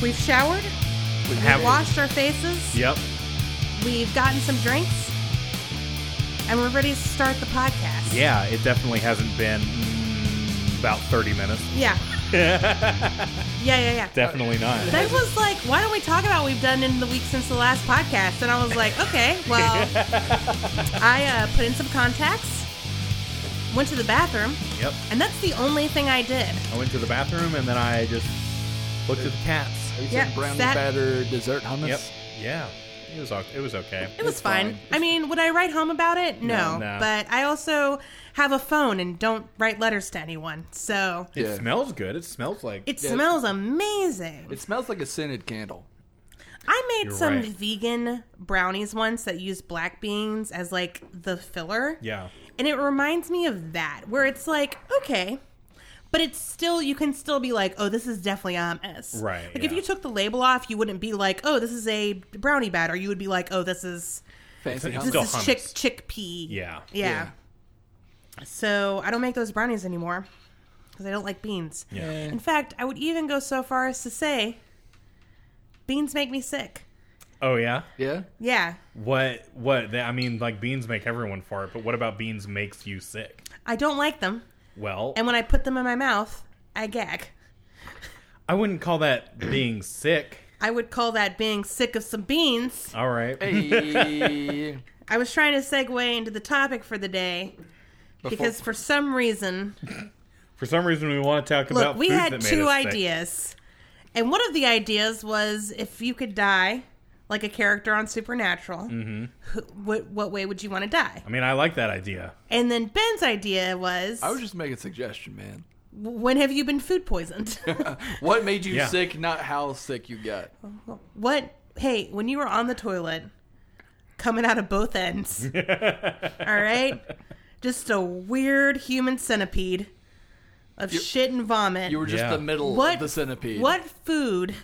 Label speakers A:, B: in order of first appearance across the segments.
A: We've showered.
B: We
A: We've
B: have-
A: washed our faces.
B: Yep.
A: We've gotten some drinks. And we're ready to start the podcast.
B: Yeah, it definitely hasn't been mm, about 30 minutes.
A: Yeah. yeah, yeah, yeah.
B: Definitely not.
A: Ben was like, why don't we talk about what we've done in the week since the last podcast? And I was like, okay, well, I uh, put in some contacts, went to the bathroom,
B: Yep.
A: and that's the only thing I did.
B: I went to the bathroom and then I just looked at the cats.
C: Are you
A: Yeah,
C: saying brownie
A: that-
C: batter dessert hummus?
B: Yep. Yeah. It was o- it was okay.
A: It was
C: It's
A: fine.
C: fine.
A: I mean, would I write home about it? No.
B: No. No.
A: But I also have a phone and don't write letters to anyone. So
B: It
C: Yeah.
B: smells good. It smells like
A: it
C: Yeah.
A: smells amazing.
C: It smells like a scented candle.
A: I made
B: You're
A: some
B: right.
A: vegan brownies once that used black beans as like the filler.
B: yeah.
A: And it reminds me of that, where it's like, okay, but it's still, you can still be like, oh, this is definitely hummus.
B: Right,
A: Like if
B: yeah.
A: you took the label off, you wouldn't be like, oh, this is a brownie batter. You would be like, oh, this is
C: Fancy
B: It's
C: hummus.
A: this
B: still
A: is
B: hummus.
A: chick chickpea.
B: Yeah.
A: yeah. So I don't make those brownies anymore because I don't like beans.
B: Yeah.
A: In fact, I would even go so far as to say, beans make me sick.
B: Oh yeah.
C: Yeah.
A: Yeah,
B: What what I mean like beans make everyone fart, but what about beans makes you sick?
A: I don't like them,
B: Well,
A: and when I put them in my mouth, I gag.
B: I wouldn't call that being sick.
A: I would call that being sick of some beans.
B: All right.
C: Hey.
A: I was trying to segue into the topic for the day because for some reason,
B: For some reason we want to talk
A: look,
B: about
A: we
B: food
A: had
B: that made
A: two
B: us sick.
A: ideas. And one of the ideas was if you could die like a character on Supernatural,
B: Mm-hmm.
A: who, what, what way would you want to die?
B: I mean, I like that idea.
A: And then Ben's idea was,
C: I was just making a suggestion, man.
A: when have you been food poisoned?
C: What made you
B: Yeah.
C: sick, not how sick you got?
A: what? Hey, when you were on the toilet, coming out of both ends. all right? Just a weird human centipede of shit and vomit.
C: You were just
B: Yeah.
C: the middle
A: What-
C: of the centipede.
A: What food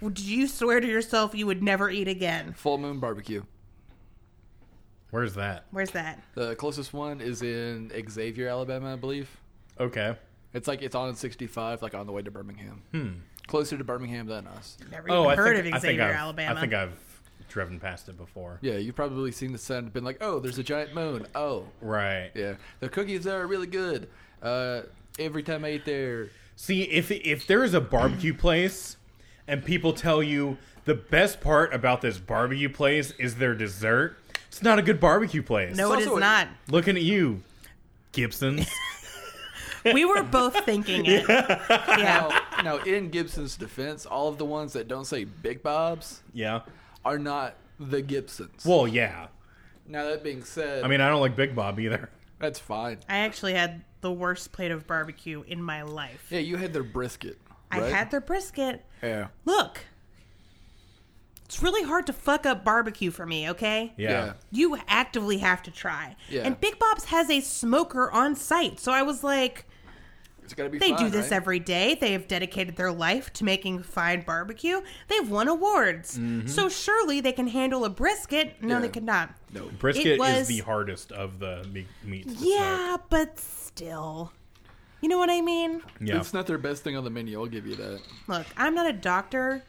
A: would you swear to yourself you would never eat again?
C: Full Moon Barbecue.
B: Where's that?
A: Where's that?
C: The closest one is in Xavier, Alabama, I believe.
B: Okay.
C: It's like it's on 65, like on the way to Birmingham. Hmm. Closer to Birmingham than us.
A: Never
B: Oh,
A: even
B: I
A: heard
B: think,
A: of Xavier,
B: I think I've,
A: Alabama.
B: I think I've driven past it before.
C: Yeah, you've probably seen the sun, been like, oh, there's a giant moon. Oh,
B: Right.
C: yeah. The cookies there are really good. Uh, every time I eat there,
B: See, if if there is a barbecue place and people tell you the best part about this barbecue place is their dessert, it's not a good barbecue place.
A: no, it
C: It's
A: is
C: also a-
A: not.
B: Looking at you, Gibson.
A: We were both thinking it. Yeah.
C: now, now, oh, in Gibson's defense, all of the ones that don't say Big Bob's
B: yeah.
C: are not the Gibsons.
B: Well, yeah.
C: now that being said,
B: I mean, I don't like Big Bob either.
C: that's fine.
A: I actually had the worst plate of barbecue in my life.
C: Yeah, you had their brisket.
A: I
C: right?
A: had their brisket.
C: Yeah.
A: Look, it's really hard to fuck up barbecue for me, okay?
B: Yeah.
C: Yeah.
A: You actively have to try.
C: Yeah.
A: And Big Bob's has a smoker on site. So I was like,
C: It's gotta be.
A: They do
C: fine,
A: this
C: right?
A: every day. They have dedicated their life to making fine barbecue. They've won awards. So surely they can handle a brisket. No,
C: Yeah.
A: they could not.
C: No.
B: Brisket
A: was-
B: is the hardest of the me- meats. to
A: Yeah, but still. You know what I mean?
B: smoke. Yeah.
C: It's not their best thing on the menu. I'll give you that.
A: Look, I'm not a doctor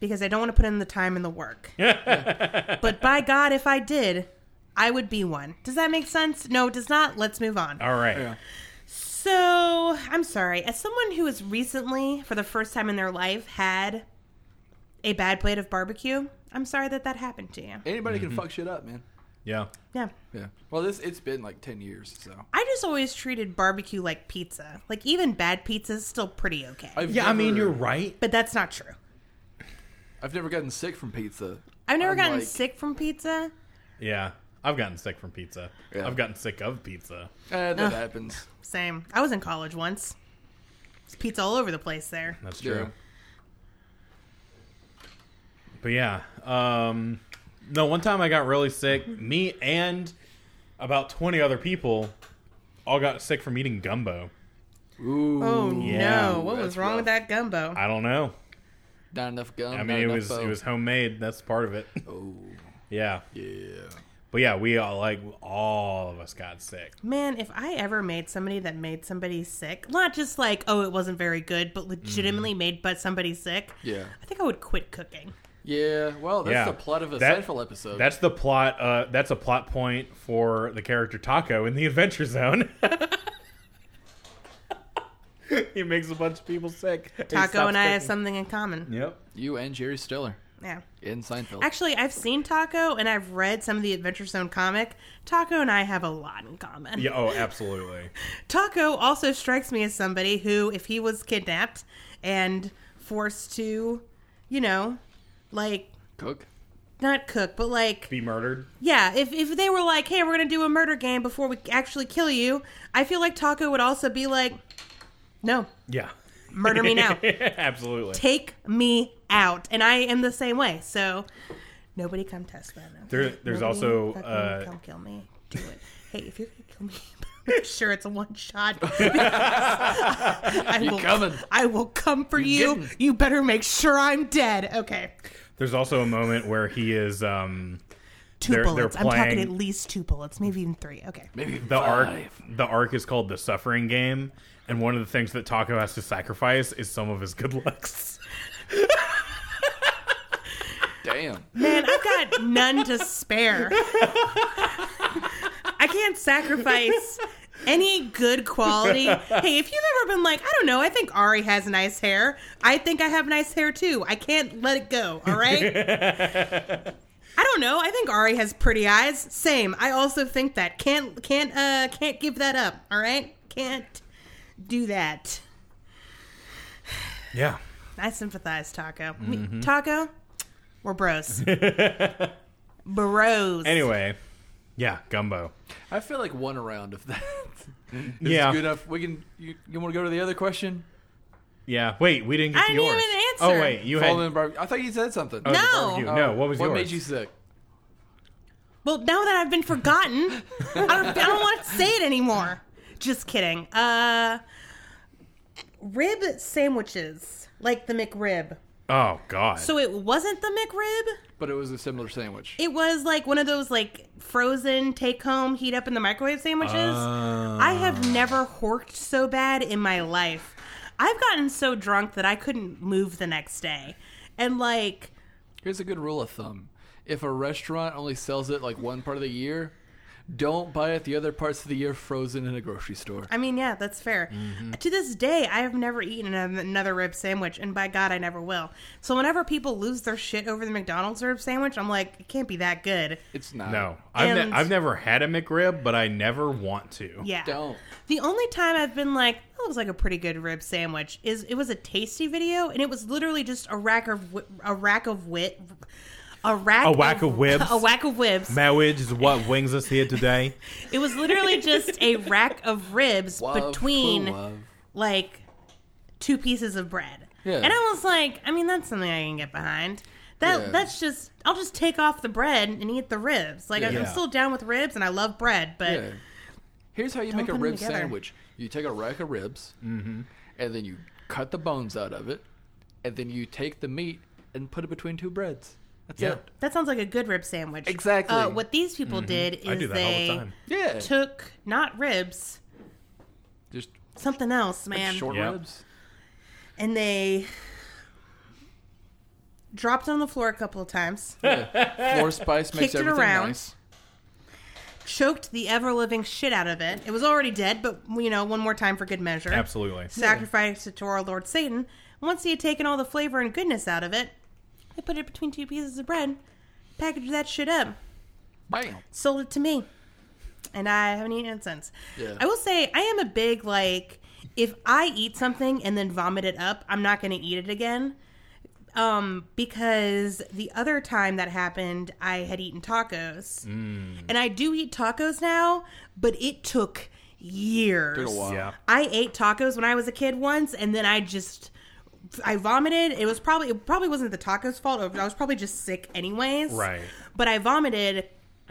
A: because I don't want to put in the time and the work. but by God, if I did, I would be one. Does that make sense? No, it does not. Let's move on.
B: All right.
C: Yeah.
A: So, I'm sorry. As someone who has recently, for the first time in their life, had a bad plate of barbecue, I'm sorry that that happened to you.
C: Anybody
B: Mm-hmm.
C: can fuck shit up, man.
B: Yeah.
A: Yeah.
C: Yeah. Well, this it's been like ten years, so
A: I just always treated barbecue like pizza. Like, even bad pizza is still pretty okay.
C: I've
B: Yeah, I mean,
C: never-
B: you're right.
A: but that's not true.
C: I've never gotten sick from pizza.
A: I've never
C: I'm
A: gotten
C: like-
A: sick from pizza.
B: Yeah. I've gotten sick from pizza.
C: Yeah.
B: I've gotten sick of pizza.
C: Eh, that happens.
A: Same. I was in college once. There's pizza all over the place there.
B: That's
C: Yeah.
B: true. But yeah, um, no. One time I got really sick. Me and about twenty other people all got sick from eating gumbo.
C: Ooh.
A: Oh
B: Yeah.
A: no! What was
C: That's
A: wrong with that gumbo?
B: I don't know.
C: Not enough gum.
B: I
C: not
B: mean, it
C: enough Oh.
B: was
C: pho.
B: it was homemade. That's part of it.
C: Oh
B: yeah,
C: yeah.
B: But yeah, we all like all of us got sick.
A: Man, if I ever made somebody that made somebody sick, not just like, oh, it wasn't very good,
B: Mm-hmm.
A: but legitimately made but somebody sick,
C: Yeah.
A: I think I would quit cooking.
C: Yeah. Well, that's
B: yeah,
C: the plot of a
B: That-
C: Seinfeld episode.
B: That's the plot. Uh, that's a plot point for the character Taco in the Adventure Zone. he makes a bunch of people sick. He stops
A: Taco and I have
B: cooking.
A: something in common.
B: Yep.
C: you and Jerry Stiller
A: Yeah.
C: in Seinfeld.
A: Actually, I've seen Taco and I've read some of the Adventure Zone comic. Taco and I have a lot in common.
B: Yeah. Oh, absolutely.
A: Taco also strikes me as somebody who, if he was kidnapped and forced to, you know, like
C: Cook.
A: not cook, but like
B: Be murdered.
A: yeah, if if they were like, hey, we're gonna do a murder game before we actually kill you, I feel like Taco would also be like, no,
B: Yeah.
A: murder me now,
B: absolutely.
A: take me out, and I am the same way. So nobody come test that. okay?
B: There- there's
A: Nobody
B: also,
A: fucking
B: uh,
A: come kill me. Do it. Hey, if you're gonna kill me. Make sure it's a one shot. I
C: You
A: will,
C: coming.
A: I will come for you.
C: getting-
A: You better make sure I'm dead. Okay.
B: There's also a moment where he is. Um,
A: 2
B: They're- they're
A: bullets. I'm talking
B: playing-
A: at least two bullets, maybe even three. Okay.
C: Maybe
B: the arc.
C: five.
B: The arc is called the Suffering Game, and one of the things that Taco has to sacrifice is some of his good looks.
C: Damn.
A: Man, I've got none to spare. I can't sacrifice any good quality. Hey, if you've ever been like, I don't know, I think Ari has nice hair. I think I have nice hair too. I can't let it go, all right? I don't know. I think Ari has pretty eyes. Same. I also think that. Can't can't uh can't give that up, all right? Can't do that.
B: Yeah.
A: I sympathize, Taco. Me- Taco, we're bros. bros.
B: Anyway. Yeah. Gumbo.
C: I feel like one round of that. is
B: Yeah.
C: Good enough. We can. You, you want to go to the other question?
B: Yeah. Wait, we didn't get
A: I
B: to
A: didn't
B: yours.
A: even answer.
B: Oh wait, you
C: Fall in
B: had.
C: bar- I thought you said something.
B: Oh, the
A: No.
B: barbecue. No, what was
C: what
B: yours?
C: made you sick?
A: Well, now that I've been forgotten, I don't, I don't want to say it anymore. Just kidding. Uh, rib sandwiches, like the McRib.
B: Oh God.
A: So it wasn't the McRib.
C: But it was a similar sandwich.
A: It was like one of those like frozen take home, heat up in the microwave sandwiches.
B: Uh,
A: I have never horked so bad in my life. I've gotten so drunk that I couldn't move the next day. And like
C: Here's a good rule of thumb: if a restaurant only sells it like one part of the year, don't buy it the other parts of the year frozen in a grocery store.
A: I mean, yeah, that's fair. To this day, I have never eaten an- another rib sandwich, and by God, I never will. So whenever people lose their shit over the McDonald's rib sandwich, I'm like, it can't be that good.
C: It's not.
B: no, I've,
A: And-
B: ne- I've never had a McRib, but I never want to.
A: Yeah.
C: Don't.
A: The only time I've been like, that looks like a pretty good rib sandwich is it was a tasty video, and it was literally just a rack of wi- a rack of wit. A rack
B: A whack of whibs.
A: A whack of whibs.
B: Marriage is what wings us here today.
A: It was literally just a rack of ribs
C: Love,
A: between uh,
C: true love.
A: like two pieces of bread.
C: Yeah.
A: And I was like, I mean, that's something I can get behind. That
C: Yeah.
A: that's just I'll just take off the bread and eat the ribs. Like I'm
B: Yeah.
A: still down with ribs and I love bread, but
C: Yeah. Here's how you make
A: put
C: a
A: 'em
C: rib
A: together.
C: sandwich. You take a rack of ribs,
B: Mm-hmm.
C: and then you cut the bones out of it, and then you take the meat and put it between two breads. That's
B: Yeah.
C: it.
A: that sounds like a good rib sandwich.
C: Exactly.
A: Uh, what these people did is
B: Mm-hmm. I do that all
A: they
B: the time.
C: Yeah.
A: took not ribs,
C: Just
A: something else, man,
C: short
B: Yeah.
C: ribs.
A: and they dropped on the floor a couple of times,
C: Yeah. More spice makes
A: Kicked it
C: everything
A: around.
C: nice.
A: choked the ever living shit out of it. It was already dead, but you know, one more time for good measure.
B: Absolutely.
A: sacrificed it to our Lord Satan. And once he had taken all the flavor and goodness out of it, I put it between two pieces of bread, packaged that shit up,
C: Bam.
A: sold it to me, and I haven't eaten it since.
C: Yeah.
A: I will say I am a big like if I eat something and then vomit it up, I'm not going to eat it again. Um, because the other time that happened, I had eaten tacos,
C: Mm.
A: and I do eat tacos now, but it took years.
C: Took a while.
B: Yeah.
A: I ate tacos when I was a kid once, and then I just I vomited. It was probably it probably wasn't the tacos' fault. I was probably just sick anyways.
B: Right.
A: But I vomited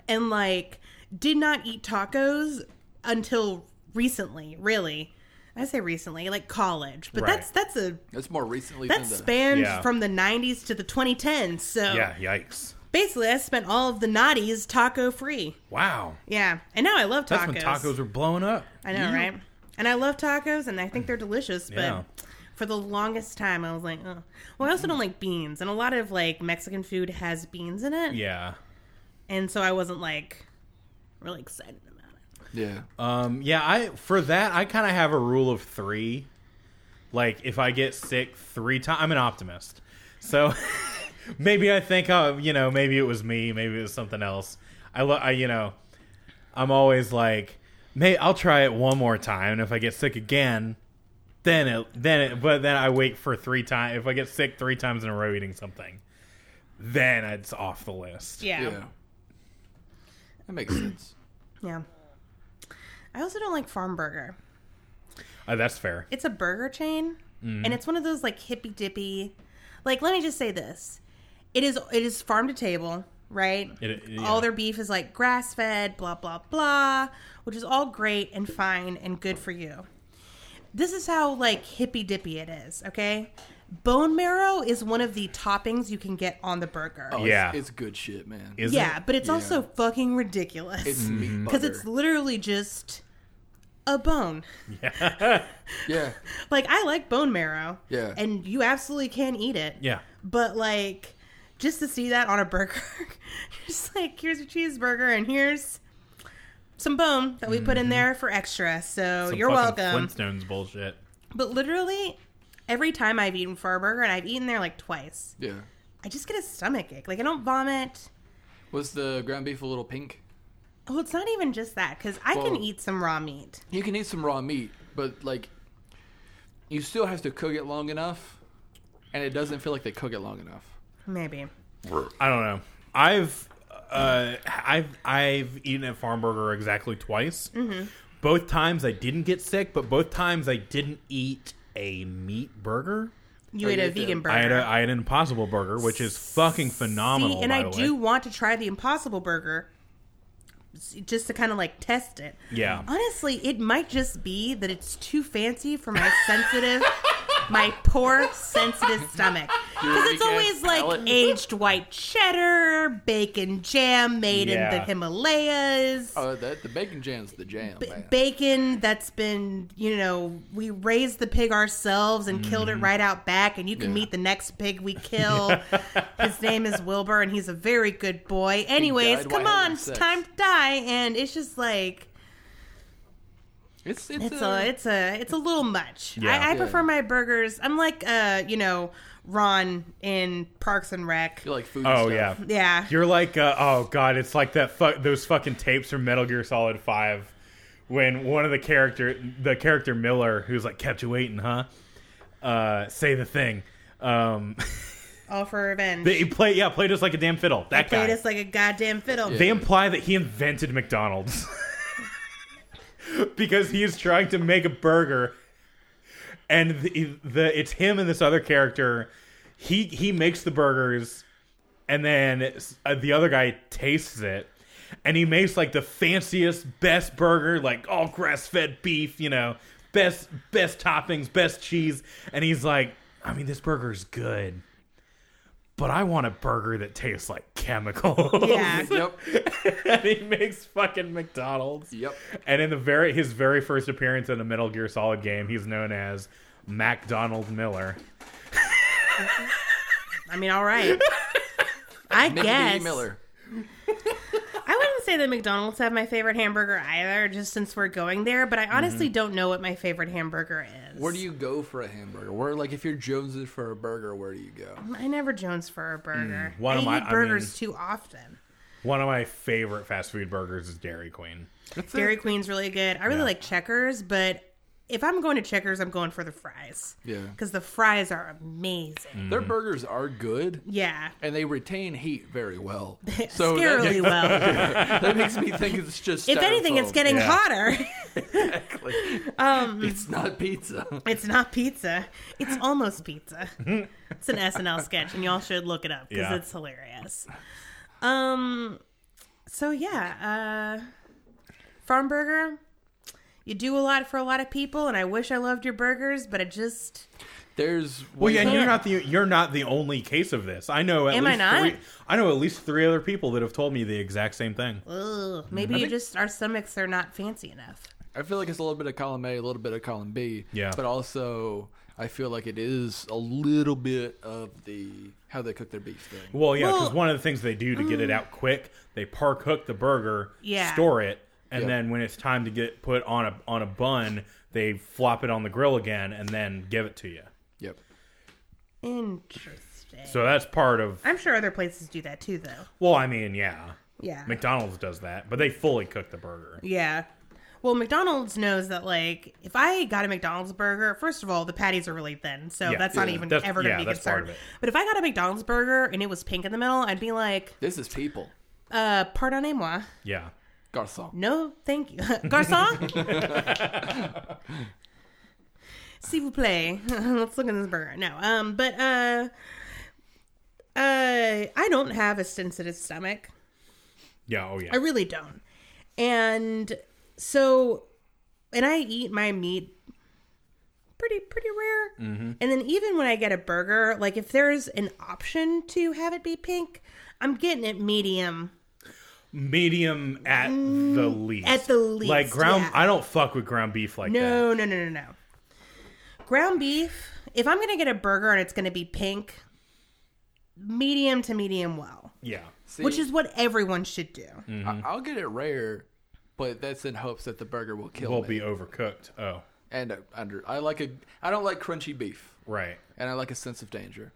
A: and like did not eat tacos until recently. Really, I say recently, like college. But
B: Right.
A: that's that's a
C: That's more recently
A: that
C: than the.
A: spanned
B: Yeah.
A: from the '90s to the 2010s. So
B: Yeah. Yikes.
A: Basically, I spent all of the naughties taco free.
B: Wow.
A: Yeah, and now I love tacos.
B: That's when tacos were blowing up.
A: I know, right? And I love tacos, and I think they're delicious. But
B: Yeah.
A: for the longest time, I was like, oh. well, I also don't like beans, and a lot of like Mexican food has beans in it,
B: Yeah.
A: and so I wasn't like really excited about it.
C: Yeah.
B: Um, yeah, I for that I kind of have a rule of three. Like if I get sick three times, I'm an optimist, so maybe I think, oh, you know, maybe it was me, maybe it was something else. I, lo- I you know, I'm always like, may I'll try it one more time, and if I get sick again, then it, then it, but then I wait for three times. If I get sick three times in a row eating something, then it's off the list.
A: Yeah. yeah,
C: Yeah. That makes sense.
A: I also don't like Farm Burger.
B: Uh, that's fair.
A: It's a burger chain, and it's one of those like hippy dippy. Like, let me just say this: it is it is farm to table, right?
B: It- it-
A: all
B: yeah.
A: their beef is like grass fed, blah blah blah, which is all great and fine and good for you. This is how like hippy dippy it is, okay? Bone marrow is one of the toppings you can get on the burger.
C: Oh,
B: Yeah.
C: It's, it's good shit, man.
B: Is
A: yeah,
B: it?
A: but it's
C: Yeah.
A: also fucking ridiculous
C: it's
B: Mm-hmm.
C: meat
A: because
C: butter.
A: it's literally just a bone.
C: yeah.
A: Like I like bone marrow.
C: Yeah.
A: And you absolutely can eat it.
B: yeah.
A: But like just to see that on a burger, you're just like here's your cheeseburger and here's some bone that we put in there for extra. So
B: Mm-hmm. Some
A: you're
B: fucking
A: welcome.
B: Flintstones bullshit.
A: But literally every time I've eaten Farburger and I've eaten there like twice,
C: Yeah.
A: I just get a stomach ache. Like I don't vomit.
C: Was the ground beef a little pink?
A: Well, it's not even just that because I can
C: Well-
A: eat some raw meat.
C: You can eat some raw meat, but like, you still have to cook it long enough, and it doesn't feel like they cook it long enough.
A: Maybe.
B: I don't know. I've uh, I've I've eaten at Farm Burger exactly twice.
A: Mm-hmm.
B: Both times I didn't get sick, but both times I didn't eat a meat burger.
A: You
C: Or
A: ate
C: you
A: a
C: ate the-
A: vegan burger.
B: I had a, I had an Impossible Burger, which is fucking phenomenal.
A: See, and
B: by
A: I
B: the way.
A: do want to try the Impossible Burger s- just to kind of like test it.
B: Yeah.
A: Honestly, it might just be that it's too fancy for my sensitive, my poor sensitive stomach. Because it's
C: weak-ass
A: always like
C: palate.
A: aged white cheddar, bacon jam made in
B: Yeah.
A: the Himalayas.
C: Oh, that the bacon jam's the jam,
A: b-
C: man.
A: Bacon that's been, you know, we raised the pig ourselves and killed it right out back, and you can
C: Mm-hmm. Yeah.
A: meet the next pig we kill. His name is Wilbur, and he's a very good boy. Anyways,
C: died
A: come
C: while
A: on,
C: having
A: it's
C: sex.
A: time to die, and it's just like
C: It's it's, uh,
A: it's
C: a,
A: a it's a it's a little much.
B: Yeah.
A: I, I
B: Yeah.
A: prefer my burgers. I'm like, uh, you know, Ron in Parks and Rec.
C: you like food.
B: Oh
C: stuff.
B: yeah.
A: Yeah,
B: You're like, uh, oh god, it's like that. Fu- those fucking tapes from Metal Gear Solid Five, when one of the character, the character Miller, who's like kept you waiting, huh? Uh, say the thing. Um,
A: all for revenge.
B: They play, yeah, played us like a damn fiddle. That guy.
A: Played us like a goddamn fiddle.
B: they imply that he invented McDonald's because he is trying to make a burger, and the, the it's him and this other character. He he makes the burgers, and then s- uh, the other guy tastes it, and he makes like the fanciest, best burger, like all grass fed beef, you know, best best toppings, best cheese, and he's like, I mean, this burger is good. But I want a burger that tastes like chemicals.
A: Yeah.
C: Yep.
B: and he makes fucking McDonald's.
C: Yep.
B: And in the very his very first appearance in a Metal Gear Solid game, he's known as MacDonald Miller.
A: I mean, all right. I
C: Mickey
A: guess.
C: Miller.
A: I wouldn't say that McDonald's have my favorite hamburger either, just since we're going there, but I honestly
B: Mhm.
A: don't know what my favorite hamburger is.
C: Where do you go for a hamburger? Where like if you're Joneses for a burger, where do you go?
A: I never jones for a burger.
B: Mm, one
A: I
B: of
A: eat
B: my- I
A: burgers too often.
B: One of my favorite fast food burgers is Dairy Queen.
C: That's
A: Dairy Queen's really good. I really
B: Yeah.
A: like Checkers, but if I'm going to Checkers, I'm going for the fries.
C: Yeah.
A: Because the fries are amazing.
B: Mm.
C: Their burgers are good
A: Yeah.
C: and they retain heat very well. So that,
A: Scarily well.
C: that makes me think it's just.
A: if anything, it's
C: styrofoam.
A: um, getting
B: Yeah.
A: hotter.
C: Exactly. it's not pizza.
A: It's not pizza. It's almost pizza. it's an SNL sketch, and y'all should look it up because
B: Yeah.
A: it's hilarious. Um, so yeah, uh, farm burger. You do a lot for a lot of people, and I wish I loved your burgers, but I just
C: There's
B: Well, yeah, and
A: can't-
B: you're not the you're not the only case of this. I know at
A: Am I
B: least
A: not?
B: three. I know at least three other people that have told me the exact same thing.
A: Ugh, maybe you just our stomachs are not fancy enough.
C: I feel like it's a little bit of column A, a little bit of column B.
B: Yeah.
C: But also, I feel like it is a little bit of the how they cook their beef thing.
B: Well, yeah, because
A: Well- mm.
B: one of the things they do to get it out quick, they par cook the burger,
A: Yeah.
B: store it, and
C: Yeah.
B: then when it's time to get put on a on a bun, they flop it on the grill again and then give it to you.
C: Yep.
A: Interesting.
B: So that's part of.
A: I'm sure other places do that too, though.
B: Well, I mean, yeah,
A: Yeah.
B: McDonald's does that, but they fully cook the burger.
A: yeah. Well, McDonald's knows that, like, if I got a McDonald's burger, first of all, the patties are really thin, so
B: Yeah.
A: that's not
B: Yeah.
A: even
B: That's-
A: ever going
B: yeah,
A: to be
B: that's part of
A: concerned.
B: it.
A: But if I got a McDonald's burger and it was pink in the middle, I'd be like,
C: This is people.
A: uh, pardonnez-moi.
B: Yeah,
C: Garçon.
A: No, thank you. Garçon? S'il vous plaît. Let's look at this burger. No, um, but, uh, uh, I don't have a sensitive stomach.
B: yeah, oh yeah.
A: I really don't. And so, and I eat my meat pretty pretty rare.
B: Mm-hmm.
A: And then even when I get a burger, like if there's an option to have it be pink, I'm getting it medium.
B: Medium at the least.
A: Mm, at the least,
B: Like ground.
A: yeah.
B: I don't fuck with ground beef like that.
A: No, no, no, no, no. Ground beef. If I'm gonna get a burger and it's gonna be pink, medium to medium well,
B: Yeah.
C: See,
A: which is what everyone should do.
B: Mm.
C: I-
B: Mm-hmm.
C: I'll get it rare, but that's in hopes that the burger will kill
B: Will
C: me.
B: be overcooked. Oh,
C: And uh, under, I like a. I don't like crunchy beef,
B: right.
C: and I like a sense of danger.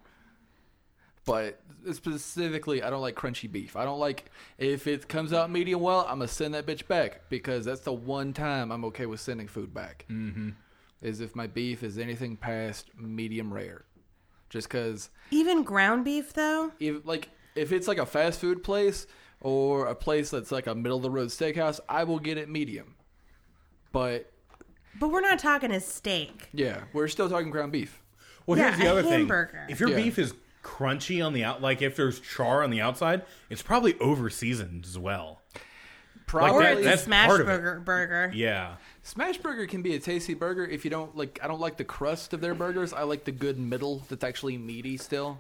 C: But specifically, I don't like crunchy beef. I don't like if it comes out medium well. I'm gonna send that bitch back because that's the one time I'm okay with sending food back. Mm-hmm. Is if my beef is anything past medium rare, just because
A: Even ground beef, though.
C: if like if it's like a fast food place or a place that's like a middle of the road steakhouse, I will get it medium. But
A: But we're not talking a steak.
C: yeah, we're still talking ground beef.
B: Well,
A: Yeah,
B: here's the
A: a
B: other
A: hamburger.
B: thing. If your
C: Yeah.
B: beef is crunchy on the out, like if there's char on the outside, it's probably over seasoned as well.
A: Or
C: Probably
B: That-
A: it's a
B: that's
A: smash
B: part of it.
A: burger. Burger.
B: Yeah.
C: smash burger can be a tasty burger if you don't like. I don't like the crust of their burgers. I like the good middle that's actually meaty still.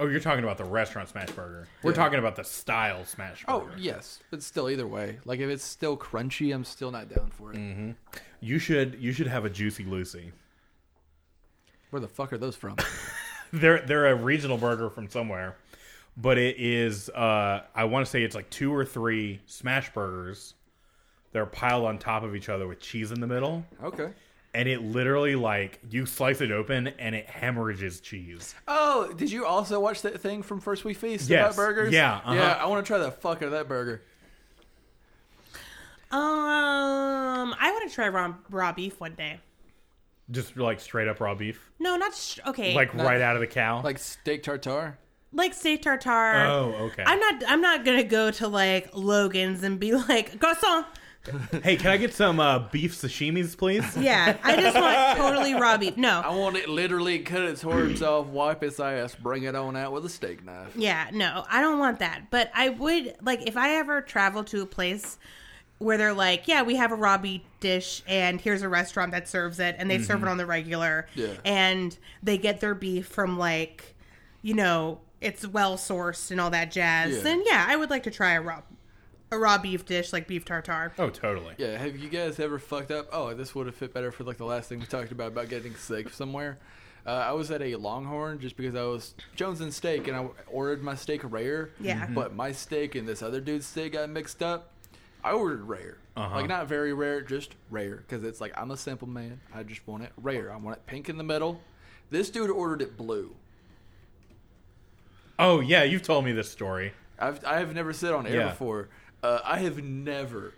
B: Oh, you're talking about the restaurant smash burger. We're
C: Yeah.
B: talking about the style smash
C: Oh
B: burger.
C: yes, but still either way, like if it's still crunchy, I'm still not down for it.
B: You should you should have a juicy Lucy.
C: Where the fuck are those from?
B: They're they're a regional burger from somewhere, but it is uh I want to say it's like two or three smash burgers. They're piled on top of each other with cheese in the middle,
C: okay.
B: and it literally like you slice it open and it hemorrhages cheese.
C: Oh, did you also watch that thing from First We Feast
B: Yes.
C: about burgers?
B: Yeah, uh-huh.
C: yeah. I want to try the fuck out of that burger.
A: Um, I want to try raw, raw beef one day.
B: Just like straight up raw beef,
A: No, not sh- okay.
B: like
C: not-
B: right out of the cow.
C: Like steak tartare.
A: like steak tartare.
B: oh, okay.
A: I'm not. I'm not gonna go to like Logan's and be like garçon.
B: hey, can I get some uh, beef sashimis, please?
A: Yeah, I just want totally raw beef.
C: I
A: No,
C: want it literally cut its horns off, wipe its ass, bring it on out with a steak knife.
A: yeah, no, I don't want that. But I would like if I ever travel to a place where they're like, yeah, we have a raw beef dish, and here's a restaurant that serves it, and they serve it on the regular,
C: Mm-hmm. Yeah.
A: and they get their beef from like, you know, it's well sourced and all that jazz.
C: Yeah.
A: Then yeah, I would like to try a raw, a raw beef dish like beef tartare.
B: Oh, totally.
C: Yeah, have you guys ever fucked up? Oh, this would have fit better for like the last thing we talked about about getting sick somewhere. Uh, I was at a Longhorn just because I was Jones and steak, and I ordered my steak rare.
A: Yeah.
B: Mm-hmm.
A: Mhm.
C: But my steak and this other dude's steak got mixed up. I ordered rare,
B: Uh-huh.
C: like not very rare, just rare, because it's like I'm a simple man. I just want it rare. I want it pink in the middle. This dude ordered it blue.
B: Oh, yeah. You've told me this story.
C: I've I have never said on air
B: Yeah.
C: before. Uh, I have never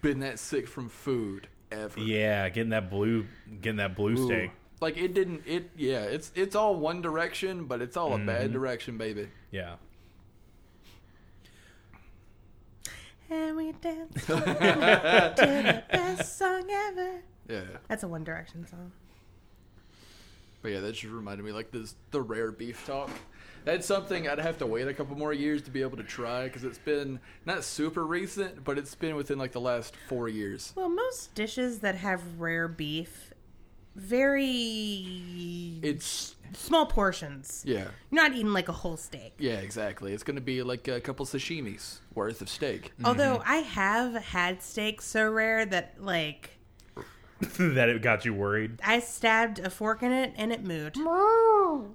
C: been that sick from food ever.
B: Yeah, getting that blue, getting that blue
C: Ooh.
B: steak.
C: Like it didn't. It yeah. It's it's all one direction, but it's all a bad direction, baby.
B: Yeah.
A: And we dance to the best song ever.
C: Yeah.
A: That's a One Direction song.
C: But yeah, that just reminded me like this the rare beef talk. That's something I'd have to wait a couple more years to be able to try because it's been not super recent, but it's been within like the last four years.
A: Well, most dishes that have rare beef, very
C: It's
A: small portions.
C: yeah,
A: You're not eating like a whole steak.
C: yeah, exactly. It's gonna be like a couple sashimis worth of steak.
B: Mm-hmm.
A: Although I have had steak so rare that like
B: that it got you worried.
A: I stabbed a fork in it and it moved.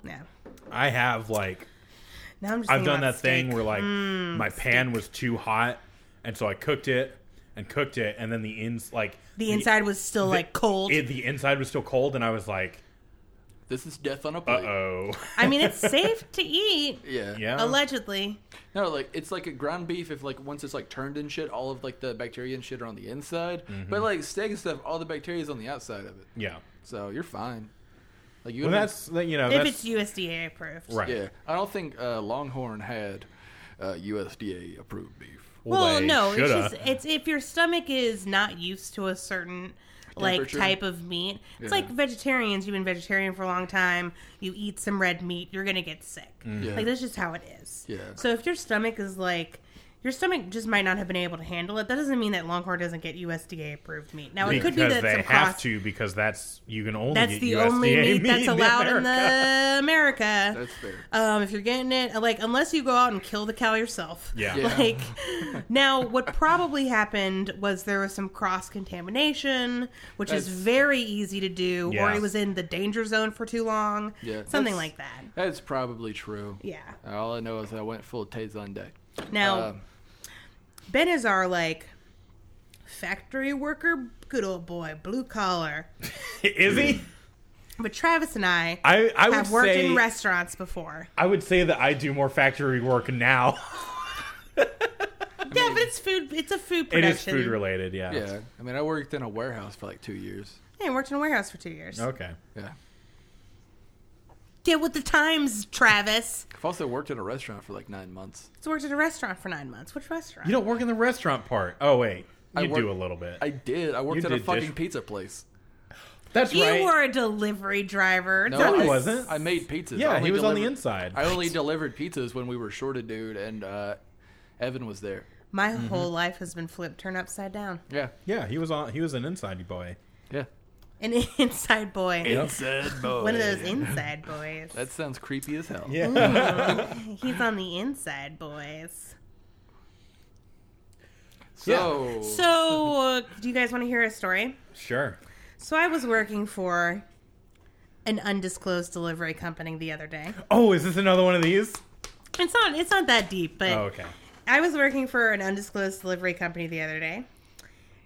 A: Yeah.
B: I have like
A: Now I'm just
B: I've
A: thinking
B: done
A: about
B: that thing
A: steak.
B: where like
A: mm,
B: my pan was too hot, and so I cooked it and cooked it, and then the ins like
A: the inside was still like cold.
B: it, the inside was still cold, and I was like,
C: This is death on a
B: uh
C: plate.
B: oh,
A: I mean, it's safe to eat
C: Yeah.
B: yeah.
A: allegedly.
C: No, like it's like a ground beef. If like once it's like turned and shit, all of like the bacteria and shit are on the inside.
B: Mm-hmm.
C: But like steak and stuff, all the bacteria is on the outside of it.
B: yeah.
C: So you're fine. Like you.
B: Well,
C: don't-
B: that's that- you know
A: If
B: that's
A: it's USDA approved,
B: right.
C: yeah. I don't think uh, Longhorn had uh, USDA approved beef.
A: Well,
B: they
A: no,
B: shoulda.
A: it's just it's if your stomach is not used to a certain like
C: Temperature.
A: type of meat. It's
C: Yeah.
A: like vegetarians. You've been vegetarian for a long time. You eat some red meat, you're gonna get sick.
B: Mm.
C: Yeah.
A: Like that's just how it is.
C: Yeah.
A: So if your stomach is like your stomach just might not have been able to handle it. That doesn't mean that Longhorn doesn't get USDA approved meat. Now it
B: because
A: could be that
B: they
A: some
B: have
A: cross.
B: to because that's you can only
A: that's
B: get
A: the
B: USDA
A: only meat, that's allowed in,
B: America.
A: the America.
C: That's fair.
A: Um, if you're getting it, like, unless you go out and kill the cow yourself.
B: Yeah.
C: Yeah.
A: Like, now, what probably happened was there was some cross contamination, which is
C: That's-
A: very easy to do, or
B: Yeah.
A: it was in the danger zone for too long.
C: Yeah, that's-
A: Something like that.
C: That's probably true.
A: Yeah. Oh.
C: All I know is I went full Taze on day.
A: Now,
C: Um,
A: Ben is our, like, factory worker, good old boy, blue collar.
B: Is he?
A: But Travis and I,
B: I I would
A: have worked
B: say
A: in restaurants before.
B: I would say that I do more factory work now.
A: yeah, but it's food. It's a food
B: it is
A: production.
B: food related. Yeah.
C: yeah. I mean, I worked in a warehouse for like two years.
A: Yeah, I worked in a warehouse for two years.
B: Okay.
C: Yeah.
A: Get with the times, Travis.
C: I've also worked in a restaurant for like nine months.
A: So worked at a restaurant for nine months. Which restaurant?
B: You don't work in the restaurant part. Oh wait,
C: I
B: you
C: work-
B: do a little bit.
C: I did. I worked
B: You
C: at a
B: did
C: fucking
B: dish-
C: pizza place.
B: That's
A: You
B: right.
A: were a delivery driver.
C: No,
B: No, he
C: I,
B: wasn't.
C: I made pizzas. I
B: yeah,
C: only
B: he was on the
C: delivered-
B: inside.
C: I only delivered pizzas when we were short a dude, and uh, Evan was there.
A: My
B: Mm-hmm.
A: whole life has been flipped, turned upside down.
C: Yeah,
B: yeah, he was on. He was an inside boy.
C: yeah.
A: An inside boy.
C: Inside boy.
A: One of those inside boys.
C: That sounds creepy as hell.
B: Yeah.
A: He's on the inside boys.
C: So,
A: So, uh, do you guys want to hear a story?
B: Sure.
A: So, I was working for an undisclosed delivery company the other day.
B: Oh, is this another one of these?
A: It's not. It's not that deep, but
B: Oh, okay.
A: I was working for an undisclosed delivery company the other day,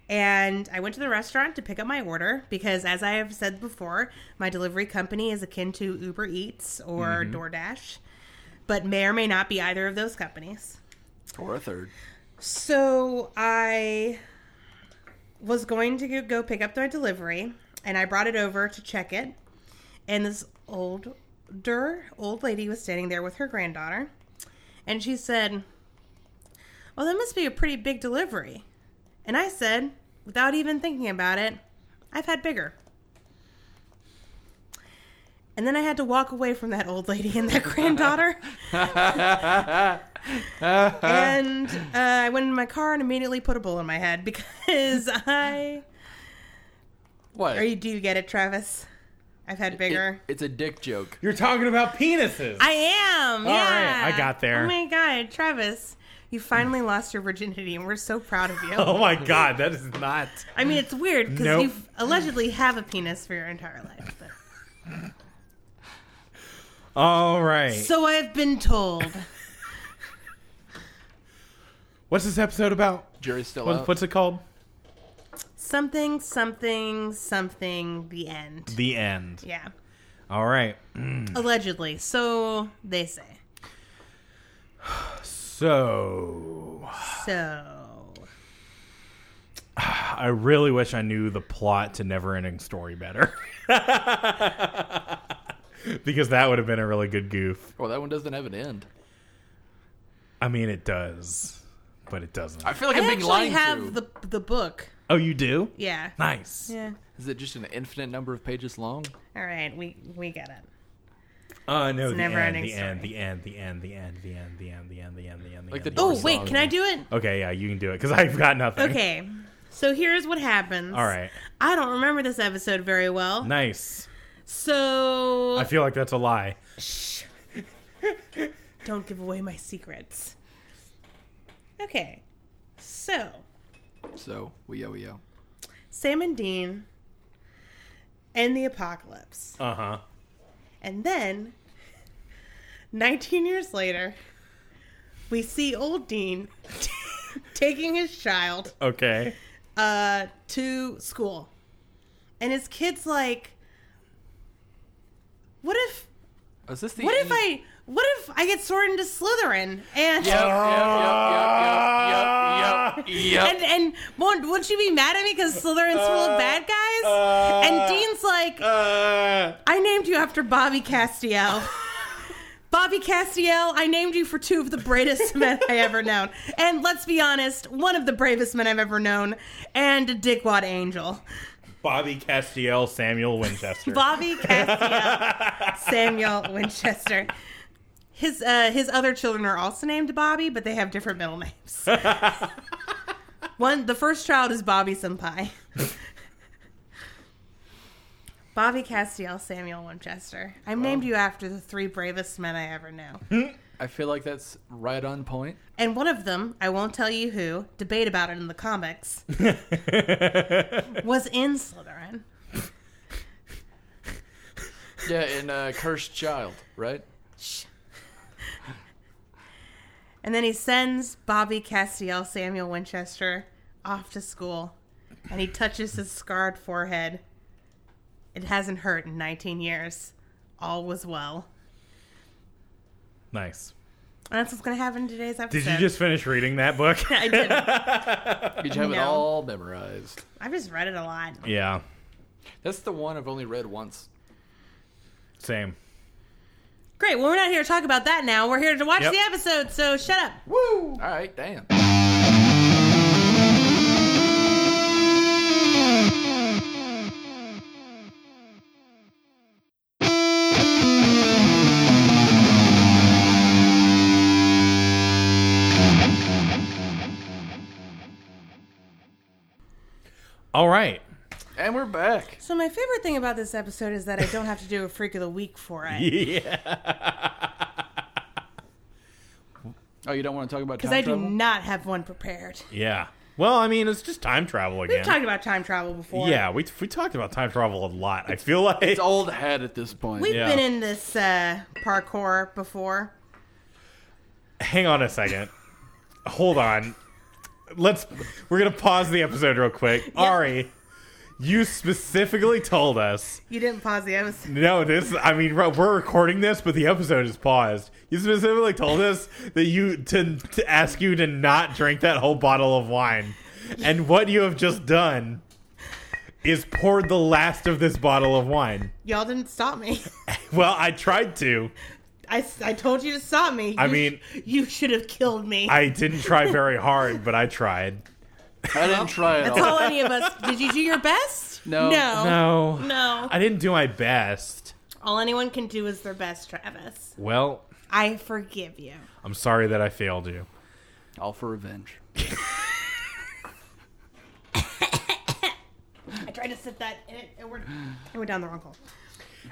A: and I went to the restaurant to pick up my order because, as I have said before, my delivery company is akin to Uber Eats or DoorDash, but may or may not be either of those companies.
C: or a third.
A: So I was going to go- go pick up my delivery, and I brought it over to check it, and this old old lady was standing there with her granddaughter, and she said, "Well, that must be a pretty big delivery," and I said, without even thinking about it, "I've had bigger." And then I had to walk away from that old lady and that granddaughter. and uh, I went in my car and immediately put a bowl in my head because I.
C: What?
A: Or you do you get it, Travis? I've had
C: It-
A: bigger.
C: it's a dick joke.
B: You're talking about penises.
A: I am.
B: All
A: yeah.
B: right, I got there.
A: Oh my god, Travis, you finally lost your virginity, and we're so proud of you.
B: oh my god, that is not.
A: I mean, it's weird because
B: Nope.
A: you allegedly have a penis for your entire life. But.
B: All right.
A: So I've been told.
B: what's this episode about?
C: Jury's still
B: What,
C: out.
B: what's it called?
A: Something, something, something. The end.
B: The Hmm. end.
A: Yeah.
B: All right.
A: Allegedly, so they say.
B: So
A: So
B: I really wish I knew the plot to Never Ending Story better. because that would have been a really good goof.
C: well, that one doesn't have an end.
B: I mean, it does, but it doesn't.
C: I feel like
A: I
C: am being
A: actually
C: lied
A: have
C: to.
A: the the book.
B: Oh, you do?
A: Yeah.
B: Nice.
A: Yeah.
C: Is it just an infinite number of pages long?
A: All right, we we get it.
B: Uh, no, the
A: never
B: end,
A: ending
B: the end,
A: story.
B: the end, the end, the end, the end, the end, the end, the end, the end, the end, the
C: Like
B: end.
C: the
B: the
C: door
A: Oh
B: end.
A: wait, can I do it?
B: Okay, yeah, you can do it because I've got nothing.
A: Okay. So here's what happens.
B: All right.
A: I don't remember this episode very well.
B: Nice.
A: So
B: I feel like that's a lie.
A: don't give away my secrets. Okay. So
C: So we yo we yo.
A: Sam and Dean and the apocalypse.
B: Uh huh.
A: And then 19 years later, we see old Dean taking his child
B: Okay.
A: uh, to school. And his kid's like, what if,
C: Is this the
A: what if
C: end?
A: I, what if I get sorted into Slytherin and,
C: Yep, yep, yep, yep, yep, yep, yep.
A: and, and won't, won't you be mad at me because Slytherin's full of bad guys? and Dean's like,
B: Uh,
A: I named you after Bobby Castiel. Bobby Castiel, I named you for two of the bravest men I ever known. And let's be honest, one of the bravest men I've ever known, and a dickwad angel.
B: Bobby Castiel, Samuel Winchester.
A: Bobby Castiel, Samuel Winchester. His uh, his other children are also named Bobby, but they have different middle names. One, the first child is Bobby Senpai. Bobby Castiel, Samuel Winchester. I'm named you after the three bravest men I ever knew.
C: I feel like that's right on point.
A: And one of them, I won't tell you who, debate about it in the comics, was in Slytherin.
C: Yeah, in uh, Cursed Child, right?
A: And then he sends Bobby Castiel Samuel Winchester off to school and he touches his scarred forehead. It hasn't hurt in 19 years. All was well.
B: nice.
A: And that's what's going to happen in today's episode.
B: Did you just finish reading that book?
A: I did.
C: Did you have it
A: No.
C: all memorized?
A: I've just read it a lot.
B: yeah.
C: That's the one I've only read once.
B: Same.
A: Great. Well, we're not here to talk about that now. We're here to watch
B: Yep.
A: the episode, so shut up.
C: All right, damn.
B: All right.
C: And we're back.
A: So, my favorite thing about this episode is that I don't have to do a freak of the week for it.
B: Yeah.
C: Oh, you don't want to talk about
A: Because
C: time
A: I do
C: travel?
A: not have one prepared.
B: Yeah. Well, I mean, it's just time travel
A: We've
B: again.
A: talked about time travel before.
B: yeah, we, we talked about time travel a lot. I feel like
C: It's old hat at this point.
A: We've
B: Yeah.
A: been in this uh, parkour before.
B: hang on a second. Hold on. Let's we're gonna pause the episode real quick. Ari, you specifically told us
A: You didn't pause the episode.
B: no, this I mean we're- we're recording this, but the episode is paused. You specifically told us that you to, to ask you to not drink that whole bottle of wine, and what you have just done is poured the last of this bottle of wine.
A: Y'all didn't stop me.
B: Well, I tried to.
A: I, I told you to stop me.
B: I
A: You
B: mean-
A: sh- you should have killed me.
B: I didn't try very hard, but I tried.
C: I didn't try it
A: That's
C: all.
A: all any of us. Did you do your best?
C: No.
A: No.
B: No,
A: No.
B: I didn't do my best.
A: All anyone can do is their best, Travis.
B: Well,
A: I forgive you.
B: I'm sorry that I failed you.
C: All for revenge.
A: I tried to sit that, and it, it, went, it went down the wrong hole.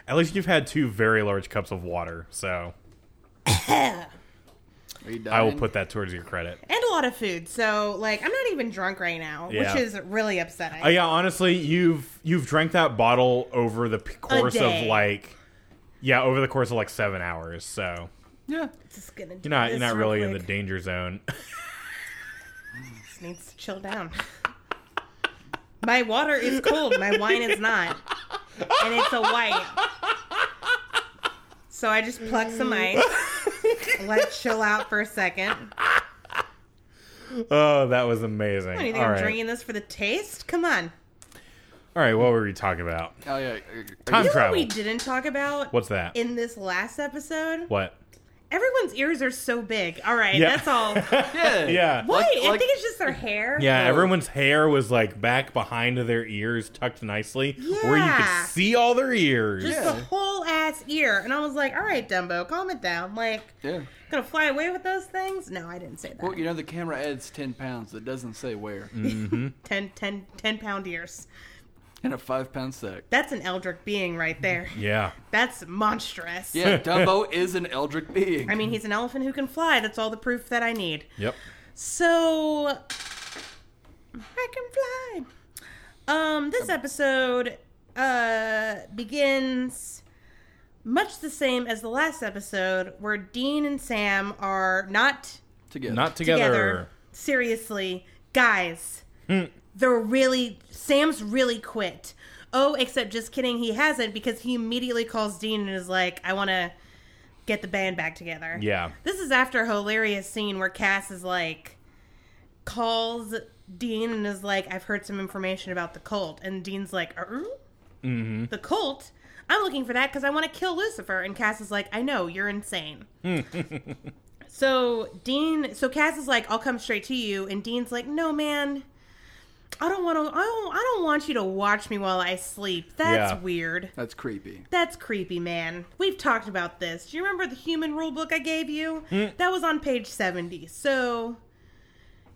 B: At least you've had two very large cups of water, so
C: Are you
B: I will
C: dying?
B: put that towards your credit.
A: And a lot of food. So, like, I'm not even drunk right now,
B: Yeah.
A: which is really upsetting.
B: Uh, yeah, honestly, you've you've drank that bottle over the p- course of
A: day.
B: like yeah, over the course of like 7 hours, so
C: Yeah.
A: Just gonna do
B: you're not you're
A: this
B: not
A: real
B: really in the
A: quick.
B: danger zone.
A: Just needs to chill down. My water is cold. My wine is not. And it's a white. So I just pluck some ice. Let it chill out for a second.
B: oh, that was amazing.
A: What, do you think
B: All
A: I'm
B: right.
A: drinking this for the taste? Come on.
B: All right, what were we talking about?
C: Oh, yeah. Are
B: Time
C: you-
A: You know what
B: travel.
A: we didn't talk about
B: What's that?
A: in this last episode?
B: what?
A: Everyone's ears are so big. All right,
B: Yeah.
A: that's all. Why?
C: Yeah.
B: Yeah.
A: I
C: like-
A: think it's just their hair.
B: Yeah,
C: Oh.
B: everyone's hair was like back behind their ears, tucked nicely, where you
A: Yeah.
B: could see all their ears.
A: Just the
C: Yeah.
A: whole ass ear. And I was like, all right, Dumbo, calm it down. Like,
C: Yeah.
A: gonna fly away with those things? No, I didn't say that.
C: Well, you know, the camera adds 10 pounds. It doesn't say where.
B: Mm.
A: Ten, ten, ten pound ears.
C: In a five pound sack.
A: That's an eldritch being right there.
B: Mm-hmm. Yeah.
A: That's monstrous.
C: Yeah, Dumbo is an eldritch being.
A: I mean, he's an elephant who can fly. That's all the proof that I need.
B: Yep.
A: So, I can fly. Um, this episode uh, begins much the same as the last episode, where Dean and Sam are not
C: together.
B: Not together. Hmm.
A: together. Seriously, guys, they're really Sam's really quit. Oh, except just kidding, he hasn't because he immediately calls Dean and is like, "I want to get the band back together."
B: Yeah.
A: This is after a hilarious scene where Cass is like calls Dean and is like, "I've heard some information about the cult," and Dean's like, "Er, the cult." I'm looking for that because I want to kill Lucifer. And Cass is like, I know, you're insane. So Dean, so Cass is like, "I'll come straight to you," and Dean's like, "No, man, I don't want to. I don't. I don't want you to watch me while I sleep. That's
B: Yeah.
A: weird.
C: That's creepy.
A: That's creepy, man. We've talked about this. Do you remember the human rule book I gave you?
B: Hmm.
A: That was on page seventy. So."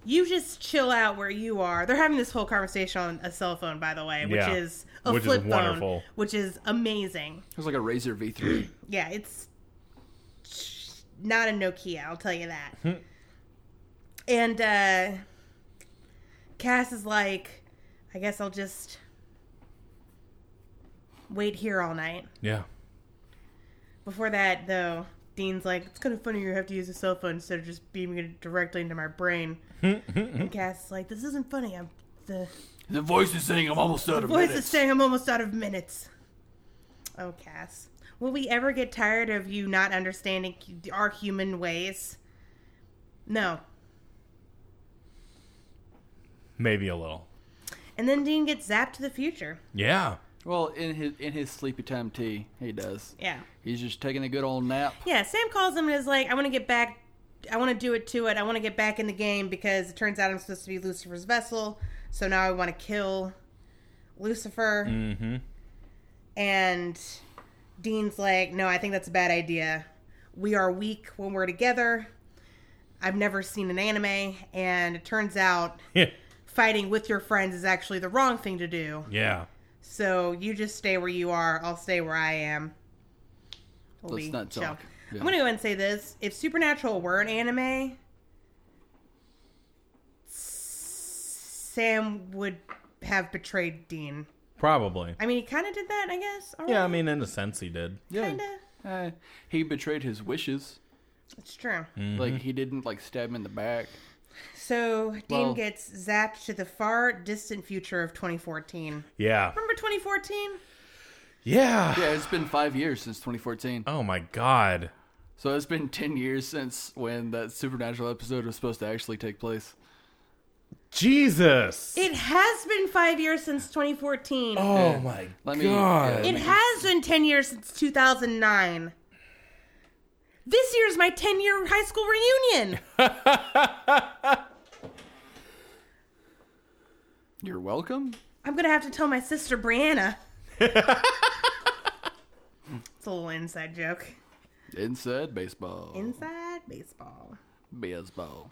A: You just chill out where you are. They're having this whole conversation on a cell phone, by the way, which
B: Yeah.
A: is a
B: Which is
A: flip phone,
B: wonderful.
A: which is amazing.
C: It was like a Razor V3.
A: Yeah, it's not a Nokia, I'll tell you that.
B: Hmm.
A: and uh Cass is like, I guess I'll just wait here all night.
B: Yeah.
A: Before that, though, Dean's like, it's kind of funny you have to use a cell phone instead of just beaming it directly into my brain. and Cass is like, this isn't funny. I'm the
C: the voice is saying I'm almost out of
A: voice
C: minutes.
A: is saying I'm almost out of minutes. Oh, Cass. Will we ever get tired of you not understanding hu- our human ways? No.
B: Maybe a little.
A: And then Dean gets zapped to the future.
B: Yeah.
C: well, in his in his sleepy time tea, he does.
A: Yeah.
C: He's just taking a good old nap.
A: Yeah, Sam calls him and is like, I want to get back. I want to do it to it. I want to get back in the game because it turns out I'm supposed to be Lucifer's vessel. So now I want to kill Lucifer.
B: Mm-hmm.
A: And Dean's like, No, I think that's a bad idea. We are weak when we're together. I've never seen an anime. And it turns out
B: Yeah.
A: fighting with your friends is actually the wrong thing to do.
B: Yeah.
A: So you just stay where you are. I'll stay where I am. We'll
C: Let's
A: be
C: not
A: chill.
C: talk. Yeah.
A: I'm going to go ahead and say this. If Supernatural were an anime, Sam would have betrayed Dean.
B: Probably.
A: I mean, he kind of did that, I guess. already.
B: Yeah, I mean, in a sense, he did.
C: Yeah.
A: Kinda.
C: Eh, he betrayed his wishes.
A: It's true.
B: Mm-hmm.
C: Like he didn't like stab him in the back.
A: So Dean
C: Well-
A: gets zapped to the far distant future of 2014.
B: Yeah.
A: Remember 2014?
B: Yeah.
C: Yeah, it's been five years since 2014.
B: Oh my God.
C: So it's been 10 years since when that supernatural episode was supposed to actually take place.
B: Jesus.
A: It has been five years since 2014.
B: oh my
C: Let me-
B: God.
C: yeah.
A: It has been 10 years since 2009. This year's my 10 year high school reunion.
C: You're welcome.
A: I'm going to have to tell my sister Brianna. it's a little inside joke.
C: Inside baseball.
A: Inside baseball.
C: baseball.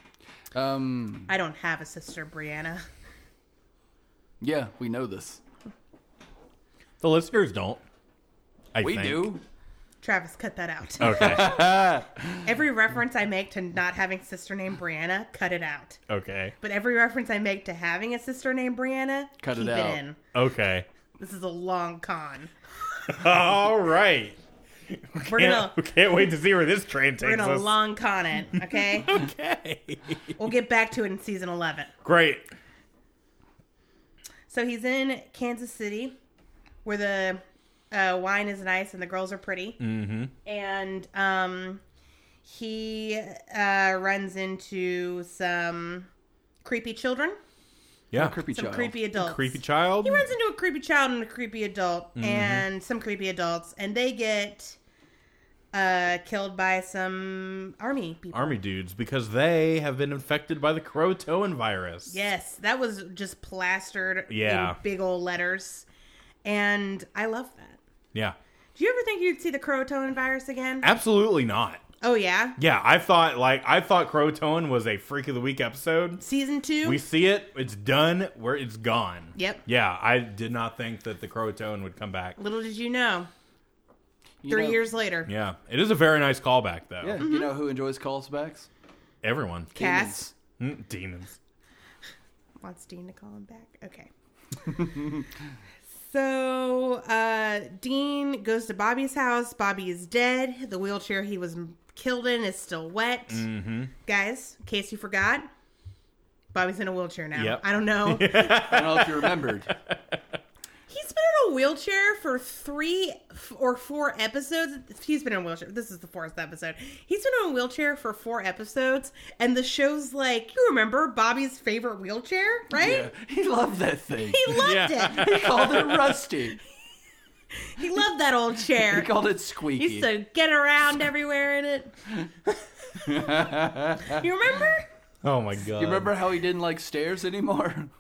C: Um,
A: I don't have a sister Brianna.
C: yeah, we know this.
B: the listeners don't. I
C: We
B: think.
C: do.
A: Travis, cut that out.
C: Oh.
B: Okay.
A: Every reference I make to not having sister named Brianna, cut it out.
B: okay.
A: But every reference I make to having a sister named Brianna,
C: Cut it
A: keep
C: out.
A: in.
B: Okay.
A: This is a long con.
B: All right.
A: We're gonna
B: Can't, can't wait to see where this train
A: we're
B: takes
A: gonna
B: us.
A: long con it. Okay,
B: okay.
A: we'll get back to it in season eleven.
B: Great.
A: So he's in Kansas City, where the uh, wine is nice and the girls are pretty, mm-hmm. and um, he uh, runs into some creepy children,
B: Yeah.
C: Creepy
A: some
C: child.
A: creepy adults,
B: Creepy child.
A: He runs into a creepy child and a creepy adult and some creepy adults and they get uh killed by some army people.
B: Army dudes because they have been infected by the Croatoan virus.
A: Yes, that was just plastered
B: Yeah.
A: in big old letters. And I love that.
B: Yeah.
A: Do you ever think you'd see the croatoan virus again?
B: Absolutely not.
A: Oh yeah,
B: Yeah, I thought like I thought Croton was a freak of the week episode.
A: season two.
B: We see it, it's done, where it's gone.
A: Yep.
B: Yeah, I did not think that the Croton would come back.
A: Little did you know.
C: You
A: Three
C: know-
A: years Mm-hmm. later,
B: Yeah, it is a very nice callback though.
C: Yeah, you know who enjoys callbacks?
B: Everyone,
A: Cass
B: Mm, demons.
A: wants Dean to call him back. Okay. so uh, Dean goes to Bobby's house. Bobby is dead. The wheelchair he was m- killed in is still wet. Mm-hmm. Guys, in case you forgot, Bobby's in a wheelchair now.
B: Yep.
A: I don't know.
C: I don't know if you remembered.
A: He's been in a wheelchair for three f- or four episodes. He's been in a wheelchair. This is the fourth episode. He's been in a wheelchair for four episodes, and the show's like, you remember Bobby's favorite wheelchair,
C: Yeah,
A: right?
C: he loved that thing.
A: He loved
B: Yeah.
A: it.
C: He called it rusty.
A: He loved that old
C: He
A: chair.
C: called it squeaky.
A: He used to get around everywhere in it. you remember?
B: Oh my god.
C: you remember how he didn't like stairs anymore?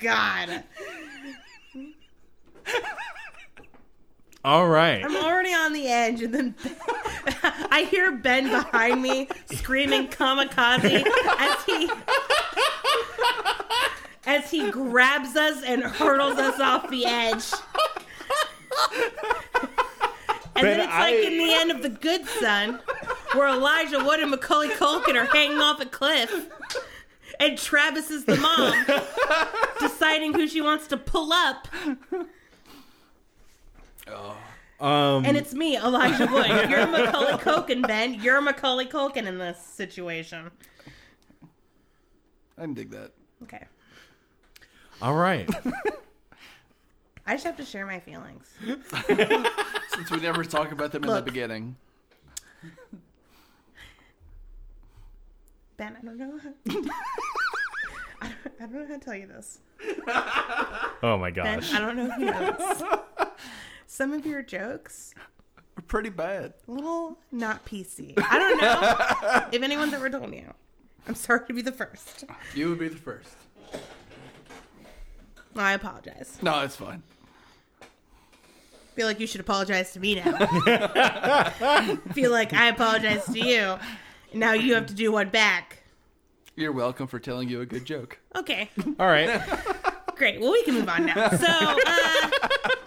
A: God,
B: All right.
A: I'm already on the edge, and then I hear Ben behind me screaming "kamikaze" as he as he grabs us and hurtles us off the edge. And
B: Ben,
A: then it's like
B: I-
A: in the end of The Good Son, where Elijah Wood and Macaulay Culkin are hanging off a cliff, and Travis is the mom deciding who she wants to pull up,
B: Um,
A: and it's me, Elijah Wood. You're Macaulay Culkin, Ben. You're Macaulay Culkin in this situation.
C: I didn't dig that.
A: Okay,
B: all right.
A: I just have to share my feelings.
C: Since we never talked about them in
A: Look.
C: the beginning.
A: Ben, I don't know. How... I, don't, I don't know how to tell you this.
B: Oh my
A: Ben,
B: gosh.
A: I don't know if you know this. Some of your jokes,
C: We're pretty bad.
A: a little not PC. I don't know if anyone's ever told you. I'm sorry to be the first.
C: You would be the first.
A: I apologize.
C: No, it's fine.
A: Feel like you should apologize to me now. Feel like I apologize to you. Now you have to do one back.
C: You're welcome for telling you a good joke.
A: Okay.
B: All right.
A: Great. Well, we can move on now. So,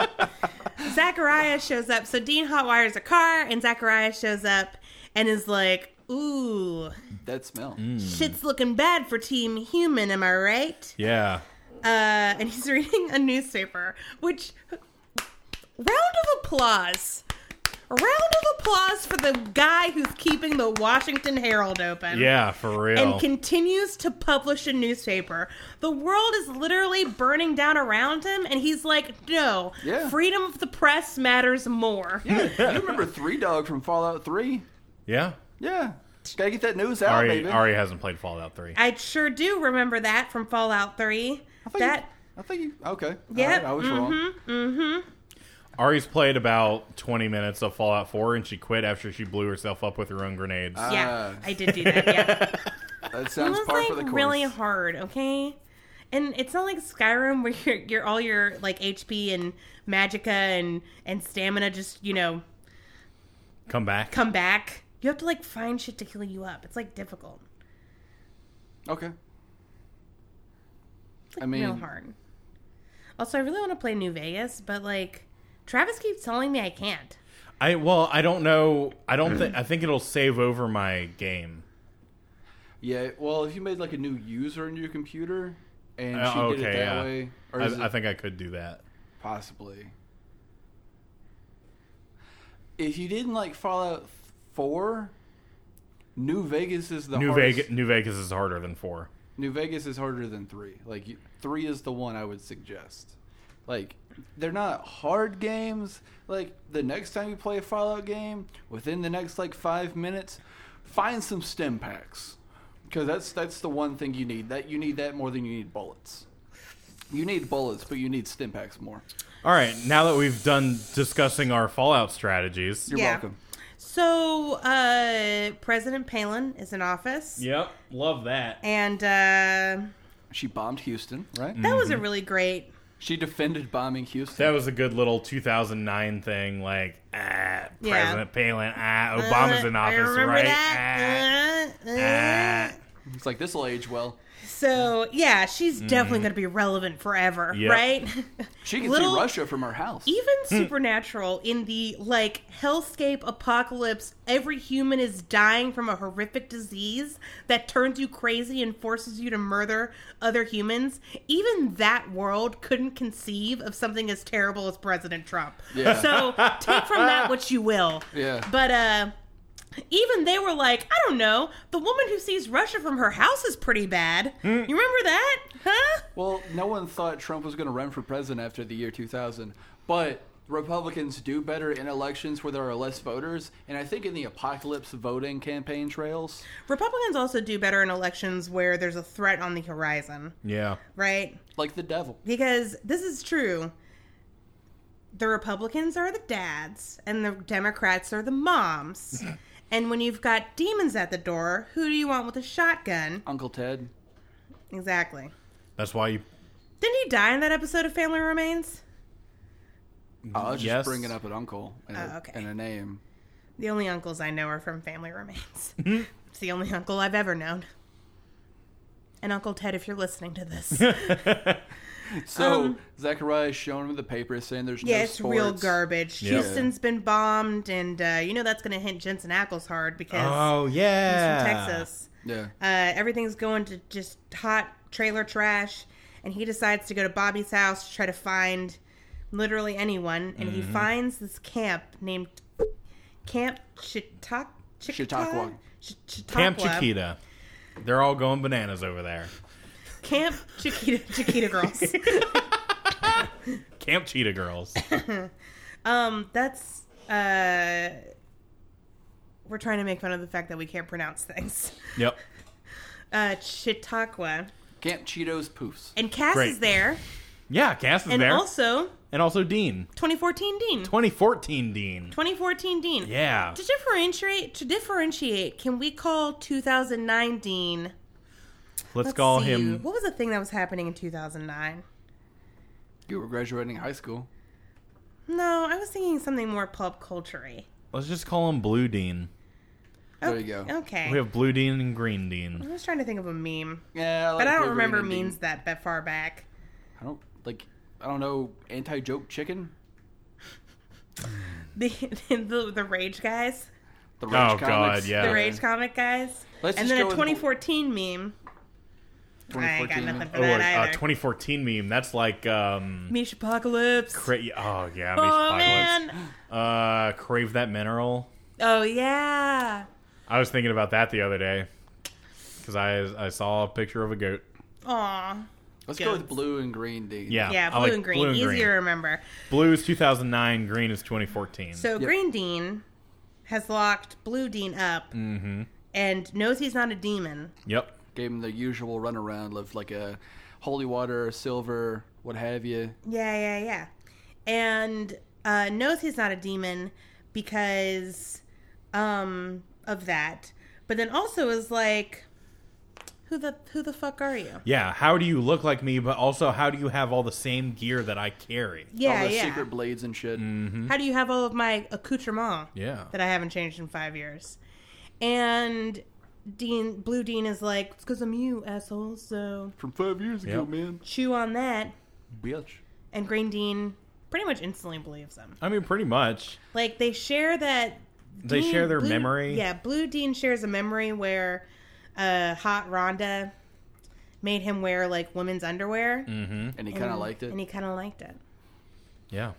A: uh, Zachariah shows up. So, Dean hotwires a car, and Zachariah shows up and is like, Ooh,
C: That smell.
B: Mm.
A: shit's looking bad for Team Human, am I right?
B: Yeah.
A: Uh, and he's reading a newspaper, which, round of applause. Round of applause for the guy who's keeping the Washington Herald open
B: Yeah, for real.
A: and continues to publish a newspaper. The world is literally burning down around him, and he's like, no,
C: Yeah.
A: freedom of the press matters more.
C: you remember Three Dog from Fallout 3?
B: yeah.
C: Yeah. Gotta get that news out,
B: Ari
C: Oh, baby.
B: Ari hasn't played Fallout 3.
A: I sure do remember that from Fallout 3.
C: I think
A: That,
C: you, I think you. Okay.
A: Yep,
C: Alright,
A: mm-hmm.
C: I was wrong.
B: Ari's played about 20 minutes of Fallout 4 and she quit after she blew herself up with her own grenades.
A: yeah,
C: Ah.
A: I did do that, yeah.
C: That
A: it
C: sounds
A: was
C: par for the
A: like
C: course.
A: really hard, okay? And it's not like Skyrim where you're, you're all your like HP and magica and and stamina just you know
B: Come back.
A: come back. You have to like find shit to heal you up. It's like difficult.
C: okay.
A: It's, like,
C: I mean-
A: real hard. Also, I really want to play New Vegas, but like Travis keeps telling me I can't.
B: I well, I don't know. I don't think I think it'll save over my game.
C: Yeah, well, if you made like a new user in your computer and
B: Uh,
C: she did it that
B: okay, yeah.
C: way, or
B: I,
C: is it
B: I think I could do that.
C: possibly? If you didn't like Fallout 4, New Vegas is the
B: New
C: hardest.
B: Vegas New Vegas is harder than 4.
C: New Vegas is harder than 3. Like you- 3 is the one I would suggest. Like they're not hard games. Like the next time you play a Fallout game, within the next like 5 minutes, find some stem packs. Cuz that's that's the one thing you need. That you need that more than you need bullets. You need bullets, but you need stem packs more.
B: All right, now that we've done discussing our Fallout strategies.
C: You're
A: Yeah.
C: welcome.
A: So, uh, President Palin is in office.
B: Yep, love that.
A: And uh,
C: She bombed Houston, right?
B: Mm-hmm.
A: that was a really great
C: She defended bombing Houston.
B: Mm. That was a good little 2009 thing, like ah,
A: Yeah.
B: President Palin, ah, Obama's in
A: Uh, I
B: office,
A: remember
B: right?
A: that. Uh,
B: Ah,
A: uh.
B: ah.
C: It's like this will age well.
A: So yeah, she's definitely going to be relevant forever,
B: Mm-hmm. Yep.
A: right?
C: She can
A: Little- e-
C: see Russia from her house.
A: Even Supernatural in the like hellscape apocalypse, every human is dying from a horrific disease that turns you crazy and forces you to murder other humans. Even that world couldn't conceive of something as terrible as President Trump.
C: Yeah.
A: So take from that what you will.
C: Yeah.
A: But uh even they were like, I don't know, the woman who sees Russia from her house is pretty bad. You
C: Hmm.
A: remember that? Huh?
C: Well, no one thought Trump was going to run for president after the year 2000, but Republicans do better in elections where there are less voters, and I think in the apocalypse voting campaign trails.
A: Republicans also do better in elections where there's a threat on the horizon,
B: Yeah.
A: right?
C: Like the devil.
A: Because this is true. The Republicans are the dads and the Democrats are the moms. and when you've got demons at the door, who do you want with a shotgun?
C: Uncle Ted.
A: Exactly.
B: That's why you.
A: Didn't he die in that episode of Family Remains?
C: I was just
B: Yes.
C: bringing up an uncle and, a,
A: Oh, okay.
C: and a name.
A: The only uncles I know are from Family Remains.
B: Mm-hmm.
A: it's the only uncle I've ever known. And Uncle Ted, if you're listening to this,
C: So Zachariah showing him the paper saying there's
A: Um, yeah,
C: no
A: it's real
C: sports.
A: garbage.
B: Yeah.
A: Houston's been bombed, and uh, you know that's going to hit Jensen Ackles hard because
B: Oh
A: he's
B: yeah.
A: from Texas.
C: Yeah.
A: Uh, everything's going to just hot trailer trash, and he decides to go to Bobby's house to try to find literally anyone, and
B: Mm-hmm.
A: he finds this camp named Camp Chitak- Chickasaw-
C: Chautauqua.
A: Ch-
B: Camp
A: Chautauqua.
B: Chiquita. They're all going bananas over there.
A: Camp Chiquita Chiquita Girls.
B: Camp Cheetah Girls.
A: Um, that's uh, we're trying to make fun of the fact that we can't pronounce things.
B: yep.
A: Uh, Chautauqua
C: Camp Cheetos Poofs.
A: and Cass
B: Great.
A: is there,
B: Yeah, Cass is
A: and
B: there,
A: also
B: and also Dean.
A: 2014 Dean.
B: 2014 Dean.
A: 2014 Dean.
B: Yeah.
A: To differentiate, to differentiate, can we call 2009 Dean?
B: Let's,
A: let's
B: call
A: see,
B: him.
A: What was the thing that was happening in 2009?
C: You were graduating high school.
A: No, I was thinking something more pop culture-y.
B: Let's just call him Blue Dean.
C: There you go.
A: Oh, Okay.
B: We have Blue Dean and Green
A: I
B: Dean.
A: was trying to think of a meme,
C: Yeah, like
A: but I don't
C: Wolverine
A: remember
C: and Dean.
A: memes that that far back.
C: I don't like. I don't know. Anti joke chicken.
A: the the, the rage guys,
C: The Rage
B: Oh,
C: Comics.
B: God, yeah.
A: the rage comic guys,
C: Let's
A: and
C: just
A: then a
C: go with-
A: 2014 meme. I ain't got
C: 2014.
A: nothing for
B: Oh,
A: that
B: a
A: either.
B: uh, 2014 meme. That's like um,
A: Mish apocalypse.
B: cra- oh yeah,
A: oh
B: Mish
A: man.
B: Apocalypse. Uh, crave that mineral.
A: Oh yeah.
B: I was thinking about that the other day because I I saw a picture of a goat.
A: Aw.
C: Let's go with
A: Goats.
C: blue and green, Dean.
B: Yeah,
A: Yeah,
B: I
A: blue
B: like
A: and green.
B: Blue and
A: Easier
B: green.
A: to remember.
B: Blue is 2009. Green is 2014.
A: So Green Dean has locked Blue Dean up
C: Mm-hmm.
A: and knows he's not a demon.
B: yep.
C: Gave him the usual runaround of like a holy water, silver, what have you.
A: Yeah, yeah, yeah. And uh, knows he's not a demon because um, of that. But then also is like, who the who the fuck are you?
B: Yeah. How do you look like me? But also, how do you have all the same gear that I carry?
A: Yeah,
C: All the
A: yeah.
C: secret Mm-hmm. blades and shit.
B: Mm.
A: How do you have all of my accoutrement?
B: Yeah.
A: that I haven't changed in five years. And Dean Blue Dean is like, it's because I'm you, asshole. So
C: From five years ago,
B: Yep.
C: man.
A: chew on that.
C: Bitch.
A: And Green Dean pretty much instantly believes him.
B: I mean, pretty much.
A: Like they share that.
B: They share their
A: Blue-
B: memory.
A: Yeah, Blue Dean shares a memory where uh, Hot Rhonda made him wear like women's underwear, Mm.
C: And he kind of Mm. liked it.
A: and he kind of liked it.
B: Yeah.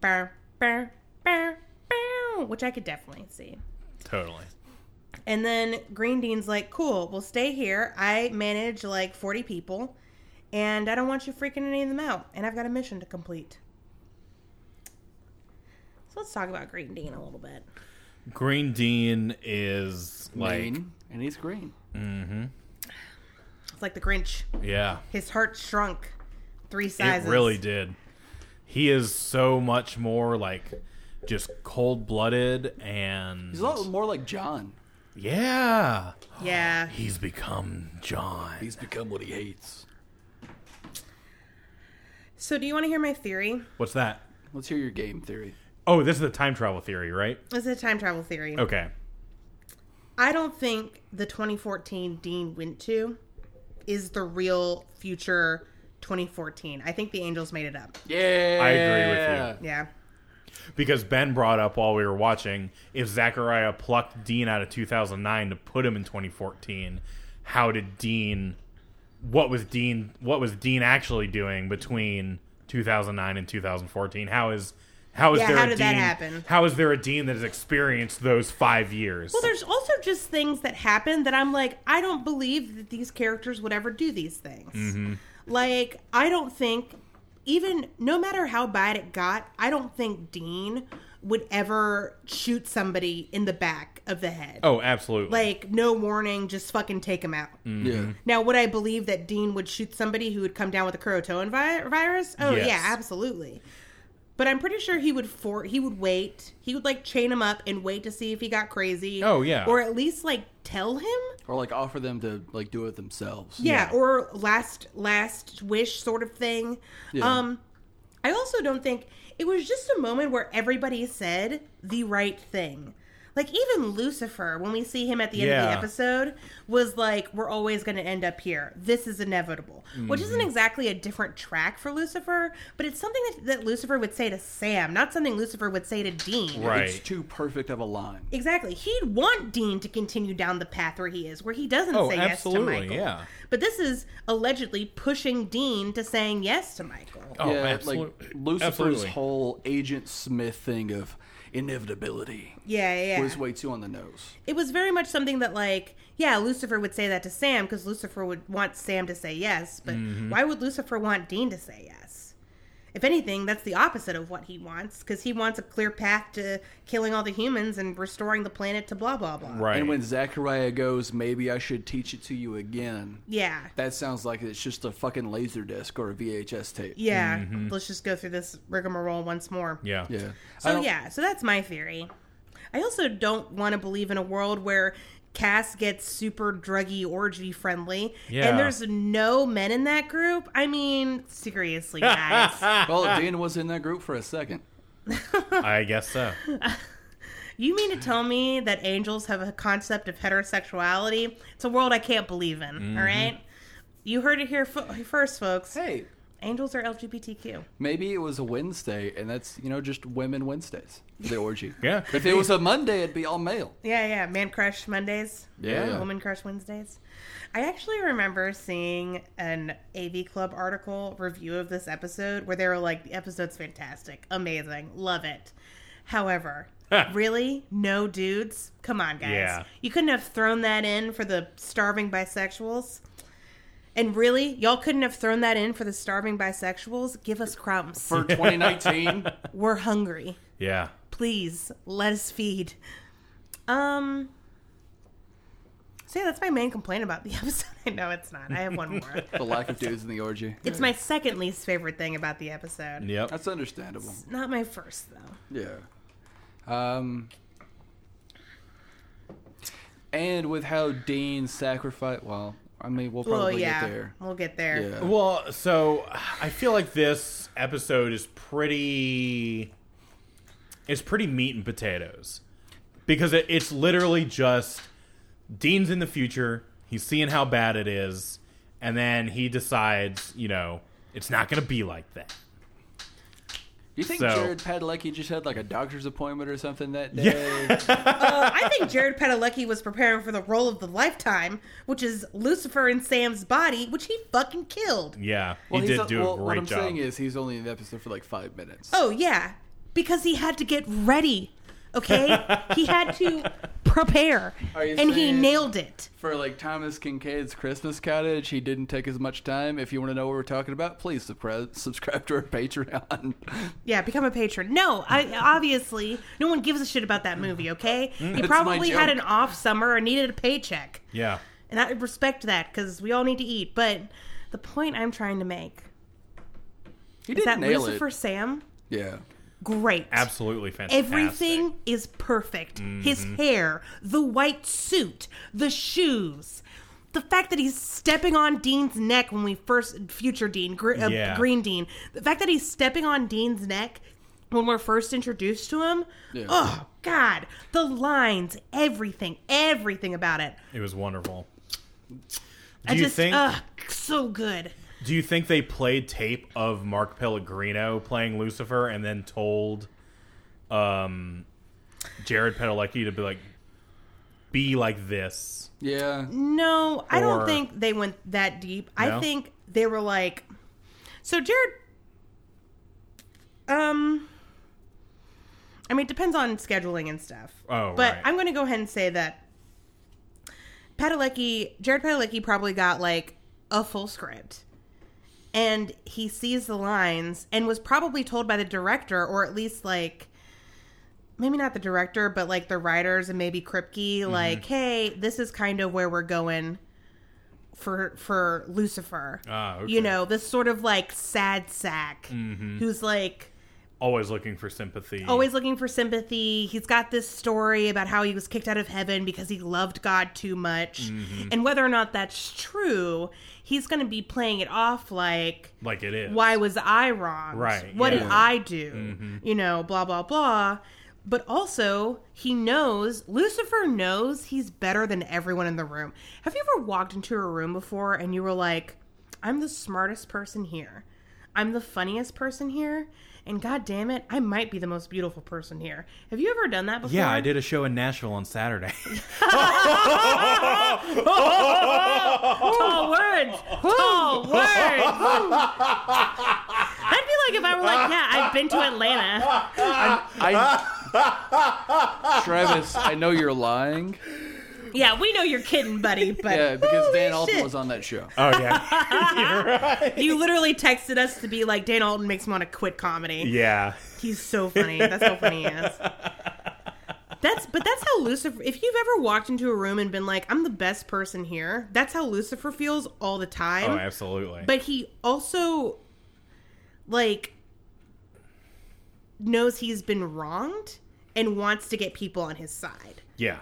A: Bow, bow, bow, bow, which I could definitely see.
B: Totally.
A: And then Green Dean's like, cool, we'll stay here. I manage like 40 people, and I don't want you freaking any of them out. And I've got a mission to complete. So let's talk about Green Dean a little bit.
B: Green Dean is like
C: Green, and he's green.
A: It's like the Grinch.
B: yeah.
A: His heart shrunk three
B: It
A: sizes.
B: really did. He is so much more like just cold blooded and
C: He's a lot more like John.
B: yeah.
A: Yeah.
B: He's become John.
C: He's become what he hates.
A: So, do you want to hear my theory?
B: What's that?
C: Let's hear your game theory.
B: Oh, this is the time travel theory, right?
A: It's a time travel theory.
B: Okay.
A: I don't think the 2014 Dean went to is the real future 2014. I think the Angels made it up.
C: Yeah,
B: I agree with
A: Yeah.
B: Because Ben brought up while we were watching if Zachariah plucked Dean out of 2009 to put him in 2014, how did Dean what was Dean what was Dean actually doing between 2009 and 2014? How is how is
A: Yeah,
B: there
A: how
B: a
A: did
B: Dean
A: that happen?
B: how is there a Dean that has experienced those 5 years?
A: Well, there's also just things that happen that I'm like, I don't believe that these characters would ever do these things. Like, I don't think, even no matter how bad it got, I don't think Dean would ever shoot somebody in the back of the head.
B: oh, absolutely.
A: Like, no warning, just fucking take him out.
B: Mm-hmm.
C: Yeah.
A: Now, would I believe that Dean would shoot somebody who would come down with a Kurotoan vi- virus? Oh
B: Yes.
A: yeah, absolutely. But I'm pretty sure he would for he would wait. He would like chain him up and wait to see if he got crazy.
B: Oh, yeah.
A: or at least like tell him.
C: Or like offer them to like do it themselves.
A: Yeah,
B: Yeah.
A: or last last wish sort of thing.
C: Yeah.
A: Um, I also don't think it was just a moment where everybody said the right thing. Like even Lucifer, when we see him at the end of
B: Yeah.
A: the episode, was like, "We're always going to end up here. This is inevitable," which isn't
B: Mm-hmm.
A: exactly a different track for Lucifer, but it's something that, that Lucifer would say to Sam, not something Lucifer would say to Dean.
B: Right.
C: It's too perfect of a line.
A: Exactly. He'd want Dean to continue down the path where he is, where he doesn't
B: Oh,
A: say
B: absolutely,
A: yes to Michael.
B: yeah.
A: But this is allegedly pushing Dean to saying yes to Michael.
B: oh,
C: yeah,
B: absolutely.
C: like Lucifer's
B: absolutely.
C: whole Agent Smith thing of inevitability
A: Yeah, yeah.
C: was way too on the nose.
A: it was very much something that, like, yeah, Lucifer would say that to Sam because Lucifer would want Sam to say yes, but
B: Mm-hmm.
A: why would Lucifer want Dean to say yes? If anything, that's the opposite of what he wants because he wants a clear path to killing all the humans and restoring the planet to blah, blah, blah.
B: right.
C: And when Zachariah goes, maybe I should teach it to you again.
A: Yeah.
C: That sounds like it's just a fucking laser disc or a VHS tape.
A: Yeah. Let's just go through this rigmarole once more.
B: Mm-hmm. yeah.
C: Yeah. Oh, I
A: So
C: don't-
A: yeah, so that's my theory. I also don't want to believe in a world where Cass gets super druggy orgy friendly,
B: Yeah.
A: and there's no men in that group. I mean, seriously, guys,
B: Ah.
C: Well, Dean was in that group for a second.
B: I guess so.
A: you mean to tell me that angels have a concept of heterosexuality? It's a world I can't believe in.
C: Mm-hmm.
A: all right, you heard it here fo- first, folks.
C: Hey,
A: Angels are LGBTQ.
C: Maybe it was a Wednesday, and that's you know just women Wednesdays, the orgy.
B: Yeah, could
C: If it was a Monday, it'd be all male.
A: Yeah, yeah, man crush Mondays.
C: Yeah.
A: Woman Crush Wednesdays. I actually remember seeing an AV Club article review of this episode where they were like, the episode's fantastic, amazing, love it. However, really? No dudes? Come on, guys.
B: Yeah.
A: You couldn't have thrown that in for the starving bisexuals? And really? Y'all couldn't have thrown that in for the starving bisexuals? Give us crumbs.
C: For 2019,
A: We're hungry
B: Yeah.
A: please let us feed. Um. So yeah, that's my main complaint about the episode. I know it's not. I have one more.
C: the lack of dudes in the orgy.
A: it's my second least favorite thing about the episode.
B: Yep.
C: That's understandable.
A: Not my first though.
C: Yeah. Um. And with how Dean sacrificed, well, I mean, we'll
A: Well,
C: probably
A: yeah,
C: get there.
A: we'll get there.
C: Yeah.
B: Well, so I feel like this episode is pretty it's pretty meat and potatoes because it, it's literally just Dean's in the future. He's seeing how bad it is, and then he decides, you know, it's not going to be like that.
C: You think
B: So-
C: Jared Padalecki just had like a doctor's appointment or something that day?
B: Yeah.
A: Uh, I think Jared Padalecki was preparing for the role of the lifetime, which is Lucifer in Sam's body, which he fucking killed.
B: Yeah,
C: Well,
B: he
C: he's
B: did
C: not-
B: do
C: well,
B: a great
C: What I'm
B: job.
C: saying is, he's only in the episode for like five minutes.
A: Oh yeah, because he had to get ready. Okay, he had to prepare,
C: Are you
A: and he
C: saying-
A: nailed it.
C: for like Thomas Kincaid's Christmas Cottage. He didn't take as much time. If you want to know what we're talking about, please subscribe subscribe to our Patreon.
A: Yeah, become a patron. No, I obviously no one gives a shit about that movie. Okay, he
C: my
A: probably had
C: joke.
A: an off summer or needed a paycheck,
B: yeah.
A: and I respect that because we all need to eat. But the point I'm trying to make
C: He
A: is
C: did
A: that
C: nail
A: Lucifer
C: it.
A: Sam,
C: Yeah,
A: great,
B: Absolutely fantastic. Mm-hmm.
A: everything is perfect. His hair, the white suit, the shoes. the fact that he's stepping on Dean's neck when we first future Dean, gr- uh,
B: Yeah.
A: Green Dean, the fact that he's stepping on Dean's neck when we're first introduced to him.
C: Yeah.
A: Oh God, the lines, everything, everything about it.
B: It was wonderful.
A: I
B: Do you
A: just,
B: think?
A: ugh, so good.
B: Do you think they played tape of Mark Pellegrino playing Lucifer and then told, um, Jared Padalecki to be like, be like this?
C: Yeah.
A: No, I don't
B: Or-
A: think they went that deep. I
B: No?
A: think they were like, so Jared. Um, I mean, it depends on scheduling and stuff.
B: Oh,
A: but
B: right.
A: I'm going to go ahead and say that Padalecki, Jared Padalecki, probably got like a full script, and he sees the lines and was probably told by the director, or at least like maybe not the director, but like the writers and maybe Kripke,
B: Mm-hmm.
A: like, hey, this is kind of where we're going for for Lucifer.
B: Ah, okay. Mm-hmm.
A: You know, this sort of like sad sack who's like
B: Always looking for sympathy.
A: always looking for sympathy. He's got this story about how he was kicked out of heaven because he loved God too much. And whether or not that's true, he's going to be playing it off like
B: like it is.
A: why was I wrong?
B: Right,
A: What did
B: yeah. Mm-hmm.
A: I do? You know, blah, blah, blah. But also, he knows, Lucifer knows he's better than everyone in the room. Have you ever walked into a room before and you were like, I'm the smartest person here. I'm the funniest person here. And god damn it, I might be the most beautiful person here. Have you ever done that before?
B: Yeah, I did a show in Nashville on Saturday.
A: Tall words. Tall words. That'd be like if I were like, yeah, I've been to Atlanta.
C: I, Travis, I know you're lying.
A: Yeah, we know you're kidding, buddy. But
C: Yeah, because
A: Holy
C: Dan Alton
A: shit.
C: was on that show.
B: oh yeah, you're right.
A: You literally texted us to be like, Dan Alton makes me want to quit comedy.
B: Yeah,
A: He's so funny. That's how funny he is. That's but that's how Lucifer. If you've ever walked into a room and been like, "I'm the best person here," that's how Lucifer feels all the time.
B: oh absolutely.
A: But he also, like, knows he's been wronged and wants to get people on his side.
B: yeah,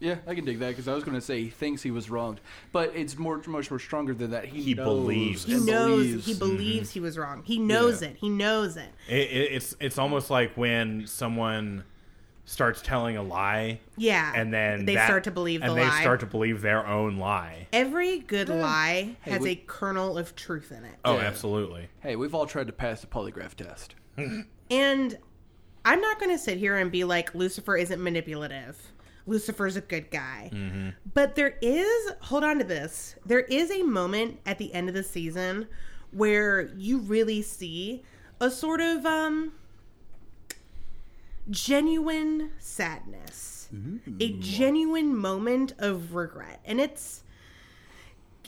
C: Yeah, I can dig that because I was going to say he thinks he was wronged, but it's more much more stronger than that. He,
B: He
C: knows
B: believes.
A: He
C: and
A: knows
C: believes. Mm-hmm.
A: he believes he was wrong. He knows
C: Yeah.
A: it. He knows it.
B: it, it, it's it's almost like when someone starts telling a lie,
A: Yeah.
B: and then
A: they
B: that-
A: start to believe the
B: and
A: lie.
B: they start to believe their own lie.
A: Every good lie
C: Hey,
A: has
C: we-
A: a kernel of truth in it.
B: Oh,
C: Yeah.
B: absolutely.
C: hey, we've all tried to pass the polygraph test.
A: And I'm not going to sit here and be like, Lucifer isn't manipulative. Lucifer's a good guy.
B: Mm-hmm.
A: But there is, hold on to this, there is a moment at the end of the season where you really see a sort of um, genuine sadness, a genuine moment of regret. And it's,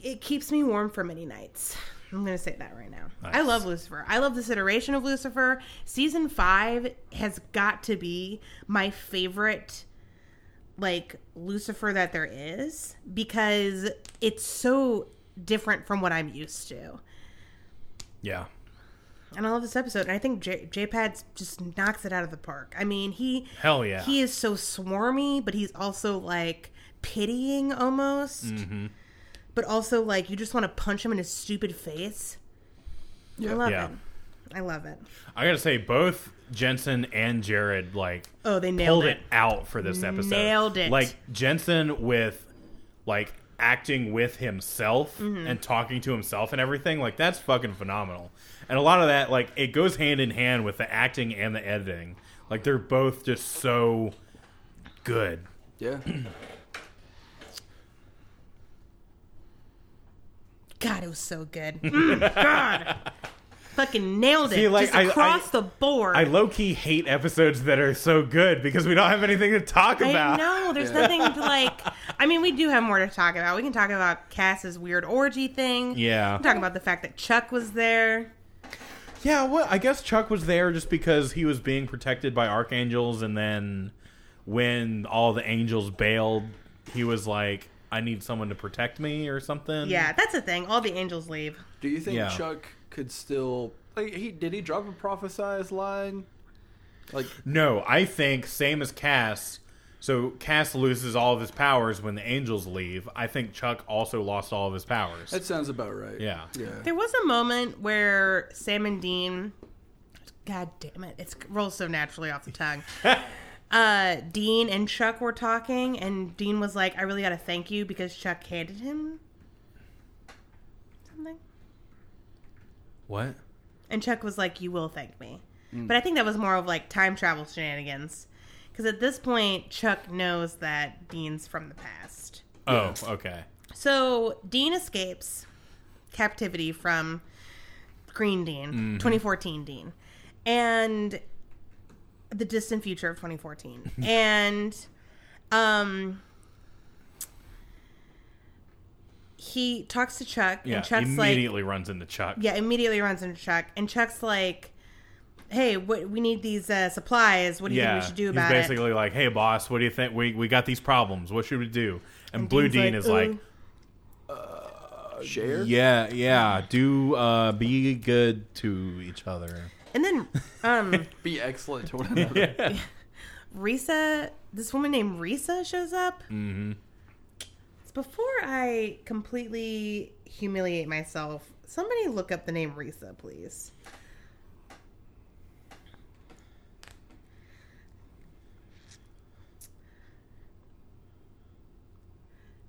A: it keeps me warm for many nights. I'm going to say that right now. I
B: Nice.
A: love Lucifer. I love this iteration of Lucifer. Season five has got to be my favorite, like, Lucifer that there is because it's so different from what I'm used to.
B: Yeah.
A: And I love this episode. And I think J- J-Pad just knocks it out of the park. I mean, he
B: Hell yeah.
A: he is so swarmy, but he's also like pitying almost.
B: Mm-hmm.
A: But also like you just want to punch him in his stupid face. I love
B: Yeah.
A: it. I love it.
B: I gotta say, both Jensen and Jared like
A: Oh, they nailed
B: pulled
A: it.
B: it. out for this episode.
A: Nailed it.
B: Like Jensen with like acting with himself
A: Mm-hmm.
B: and talking to himself and everything. Like that's fucking phenomenal. And a lot of that, like, it goes hand in hand with the acting and the editing. Like they're both just so good.
C: Yeah,
A: God, it was so good. Mm, God, fucking nailed it.
B: See, like, I-
A: just across the board.
B: I low key hate episodes that are so good because we don't have anything to talk
A: I
B: about.
A: know. There's
C: Yeah.
A: nothing to like. I mean, we do have more to talk about. We can talk about Cass's weird orgy thing.
B: Yeah.
A: We can talk about the fact that Chuck was there.
B: Yeah, well, I guess Chuck was there just because he was being protected by archangels, and then when all the angels bailed, he was like, "I need someone to protect me" or something.
A: Yeah, that's the thing. All the angels leave.
C: do you think
B: Yeah.
C: Chuck could still? Like, he did he drop a prophesized line? Like
B: No, I think same as Cass, So Cass loses all of his powers when the angels leave. I think Chuck also lost all of his powers.
C: That sounds about right.
B: Yeah.
C: Yeah.
A: There was a moment where Sam and Dean, God damn it, it's rolls so naturally off the tongue. uh, Dean and Chuck were talking, and Dean was like, "I really got to thank you because Chuck handed him something,"
B: What?
A: and Chuck was like, "You will thank me." But I think that was more of like time travel shenanigans, because at this point, Chuck knows that Dean's from the past.
B: Oh, okay.
A: So Dean escapes captivity from Green Dean,
B: Mm-hmm.
A: 2014 Dean, and the distant future of 2014. and um he talks to Chuck
B: Yeah.
A: and Chuck's like
B: immediately runs into Chuck.
A: yeah, immediately runs into Chuck and Chuck's like hey, what we need these uh, supplies. What do you
B: Yeah.
A: think we should do about
B: He's
A: it?
B: basically like, "Hey, boss, what do you think? We we got these problems. What should we do?" And, Blue
A: Dean's
B: Dean
A: like,
B: is like,
A: "Ooh."
C: Uh, Share.
B: "Yeah, yeah. Do uh, be good to each other."
A: And then um
C: Be excellent to one another.
A: Risa, this woman named Risa shows up. Mm-hmm. It's before I completely humiliate myself. Somebody look up the name Risa, please.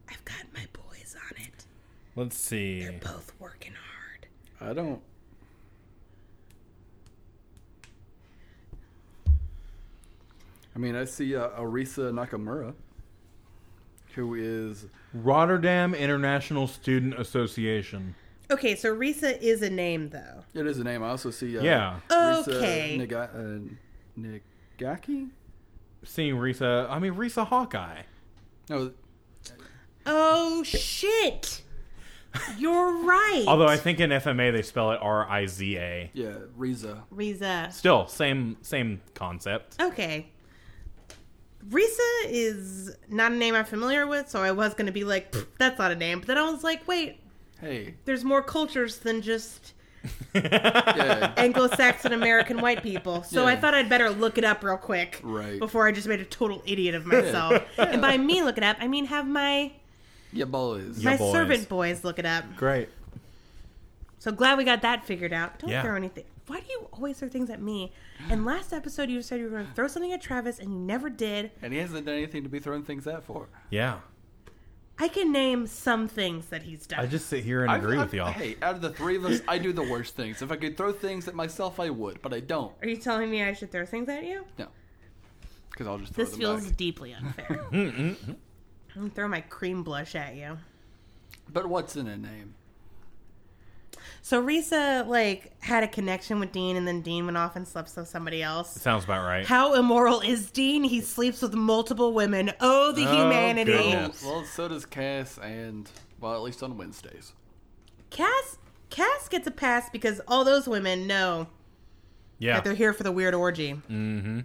A: I've got my boys on it.
B: Let's see.
A: Both working hard.
C: I don't. I mean, I see uh, Arisa Nakamura, who is
B: Rotterdam International Student Association.
A: Okay, so Risa is a name though.
C: it is a name. I also see uh,
B: Yeah.
C: Arisa
A: Okay.
C: Naga- uh, Nagaki.
B: Seeing Risa, I mean Risa Hawkeye.
C: No,
A: Oh shit! You're right.
B: Although I think in FMA they spell it R I Z A.
C: yeah, Riza.
A: Risa.
B: Still, same same concept.
A: Okay. Risa is not a name I'm familiar with, so I was going to be like, "Pfft, that's not a name. But then I was like, wait,
C: Hey,
A: there's more cultures than just
C: yeah,
A: Anglo Saxon American white people. So I
C: Yeah.
A: thought I'd better look it up real quick
C: Right.
A: before I just made a total idiot of myself. And by me look it up, I mean have my,
C: yeah, boys.
B: Yeah.
A: my
B: boys.
A: servant boys look it up.
B: Great.
A: So glad we got that figured out. Don't
B: Yeah.
A: throw anything. Why do you always throw things at me? And last episode, you said you were going to throw something at Travis, and you never did.
C: And he hasn't done anything to be throwing things at for.
B: Yeah.
A: I can name some things that he's done.
B: I just sit here and
C: I
B: agree with y'all.
C: Hey, out of the three of us, I do the worst things. If I could throw things at myself, I would, but I don't.
A: Are you telling me I should throw things at you?
C: No, because I'll just throw
A: This
C: them
A: feels
C: back.
A: deeply unfair. I'm gonna throw my cream blush at you.
C: But what's in a name?
A: So Risa like had a connection with Dean, and then Dean went off and slept with somebody else.
B: Sounds about right.
A: How immoral is Dean? He sleeps with multiple women. Oh, the
B: Oh,
A: humanity!
B: goodness. Yes.
C: Well, so does Cass, and well, at least on Wednesdays.
A: Cass Cass gets a pass because all those women know that
B: Yeah.
A: they're here for the weird orgy. Mm-hmm.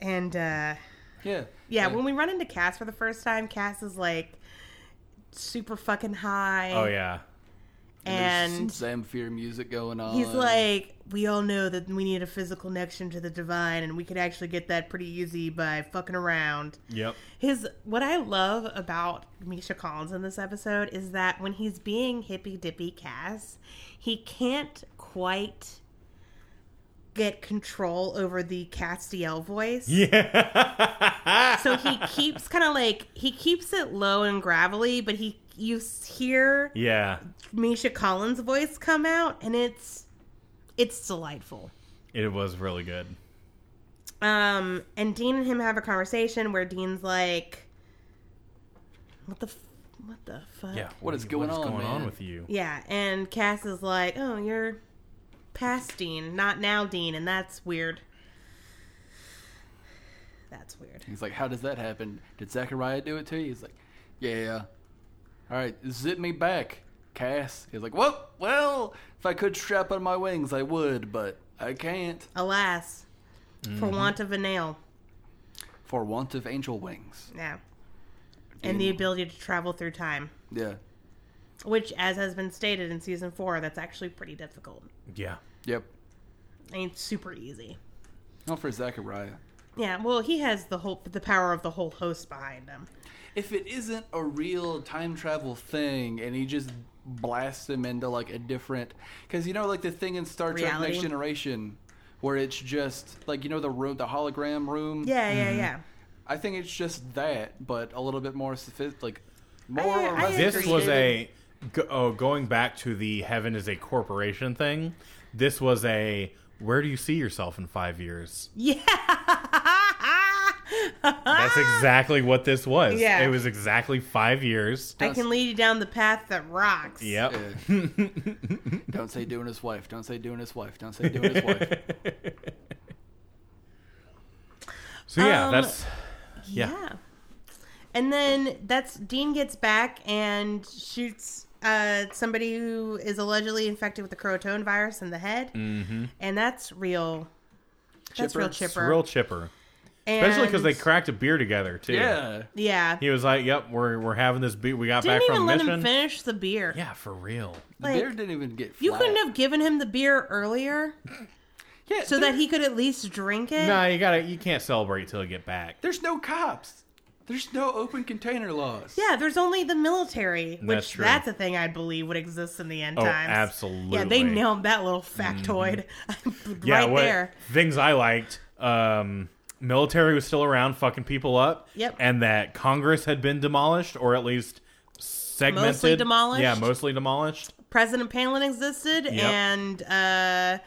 A: And uh,
C: Yeah.
A: Yeah, when we run into Cass for the first time, Cass is like super fucking high.
B: Oh yeah.
C: There's
A: And
C: some Zamfir music going on.
A: he's like, we all know that we need a physical connection to the divine, and we could actually get that pretty easy by fucking around.
B: Yep.
A: His what I love about Misha Collins in this episode is that when he's being hippy dippy Cass, he can't quite get control over the Castiel voice.
B: Yeah.
A: so he keeps kind of like he keeps it low and gravelly, but he you s- hear
B: yeah.
A: Misha Collins' voice come out, and it's it's delightful.
B: It was really good.
A: Um, and Dean and him have a conversation where Dean's like, "What the, f- what the fuck?"
B: Yeah.
C: What is going
B: what is
C: on,
B: going on
C: man?
B: with you?
A: Yeah, and Cass is like, "Oh, you're past Dean, not now Dean, and that's weird." That's weird.
C: he's like, how does that happen? Did Zachariah do it to you? He's like, yeah. All right, zip me back, Cass. He's like, well, well, if I could strap on my wings, I would, but I can't
A: Alas, for want of a nail.
C: for want of angel wings.
A: Yeah. And the ability to travel through time,
C: Yeah.
A: which, as has been stated in season four, that's actually pretty difficult.
B: Yeah.
C: Yep.
A: I mean, it's super easy.
C: Not for Zachariah.
A: Yeah, well, he has the whole the power of the whole host behind him.
C: If it isn't a real time travel thing and he just blasts him into like a different because you know like the thing in Star Trek
A: Reality.
C: Next Generation where it's just like you know the room the hologram room
A: Yeah, yeah, yeah.
C: I think it's just that but a little bit more sophisticated like more
A: I
C: or less
B: This was
C: sophisticated.
B: a go, oh, going back to the heaven is a corporation thing. This was a where do you see yourself in five years?
A: Yeah.
B: That's exactly what this was.
A: Ah! Yeah.
B: It was exactly five years.
A: I can lead you down the path that rocks.
B: Yep.
C: Yeah. don't say doing his wife don't say doing his wife don't say doing his wife
B: So yeah,
A: Um,
B: that's yeah.
A: And then that's Dean gets back and shoots uh, somebody who is allegedly infected with the Croatone virus in the head, mm-hmm. and that's real. That's
C: Chipper.
A: real
C: It's
B: It's
A: chipper.
B: real chipper. Especially because they
A: And-
B: cracked a beer together too.
C: yeah
A: Yeah.
B: He was like, "Yep, we're we're having this beer. We got
A: Didn't
B: back from
A: even let
B: mission."
A: him finish the beer.
B: Yeah, for real.
A: Like,
C: the bear didn't even get
A: You
C: flat.
A: couldn't have given him the beer earlier
C: yeah
A: so
C: there-
A: that he could at least drink it.
B: No, you gotta. You can't celebrate till you get back.
C: there's no cops there's no open container laws
A: Yeah, there's only the military, which
B: That's
A: that's,
B: true.
A: a thing I believe would exist in the end
B: Oh,
A: times. Yeah, they
B: absolutely. Mm-hmm.
A: nailed that little factoid right
B: Yeah, what
A: there.
B: things I liked? Um, military was still around, fucking people up.
A: Yep.
B: And that Congress had been demolished, or at least segmented.
A: Mostly demolished.
B: Yeah, mostly demolished.
A: President Palin existed,
B: Yep.
A: and uh,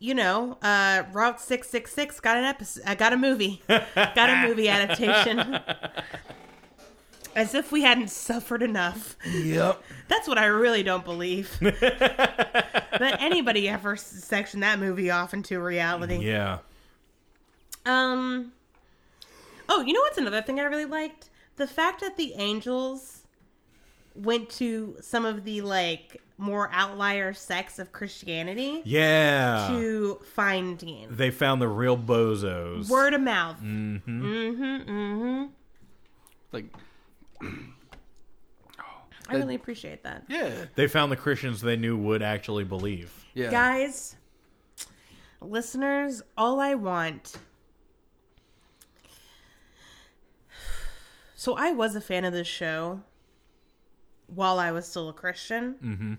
A: you know, uh, Route Six Six Six got an episode, uh, got a movie, got a movie adaptation. As if we hadn't suffered enough.
B: Yep.
A: That's what I really don't believe. that anybody ever s- sectioned that movie off into reality.
B: Yeah.
A: Um. Oh, you know what's another thing I really liked? The fact that the angels went to some of the like more outlier sects of Christianity
B: Yeah.
A: to find Dean.
B: They found the real bozos.
A: Word of mouth.
C: like
A: I really appreciate that.
C: yeah
B: They found the Christians they knew would actually believe.
C: yeah
A: Guys, listeners, all I want. So I was a fan of this show while I was still a Christian, mm-hmm.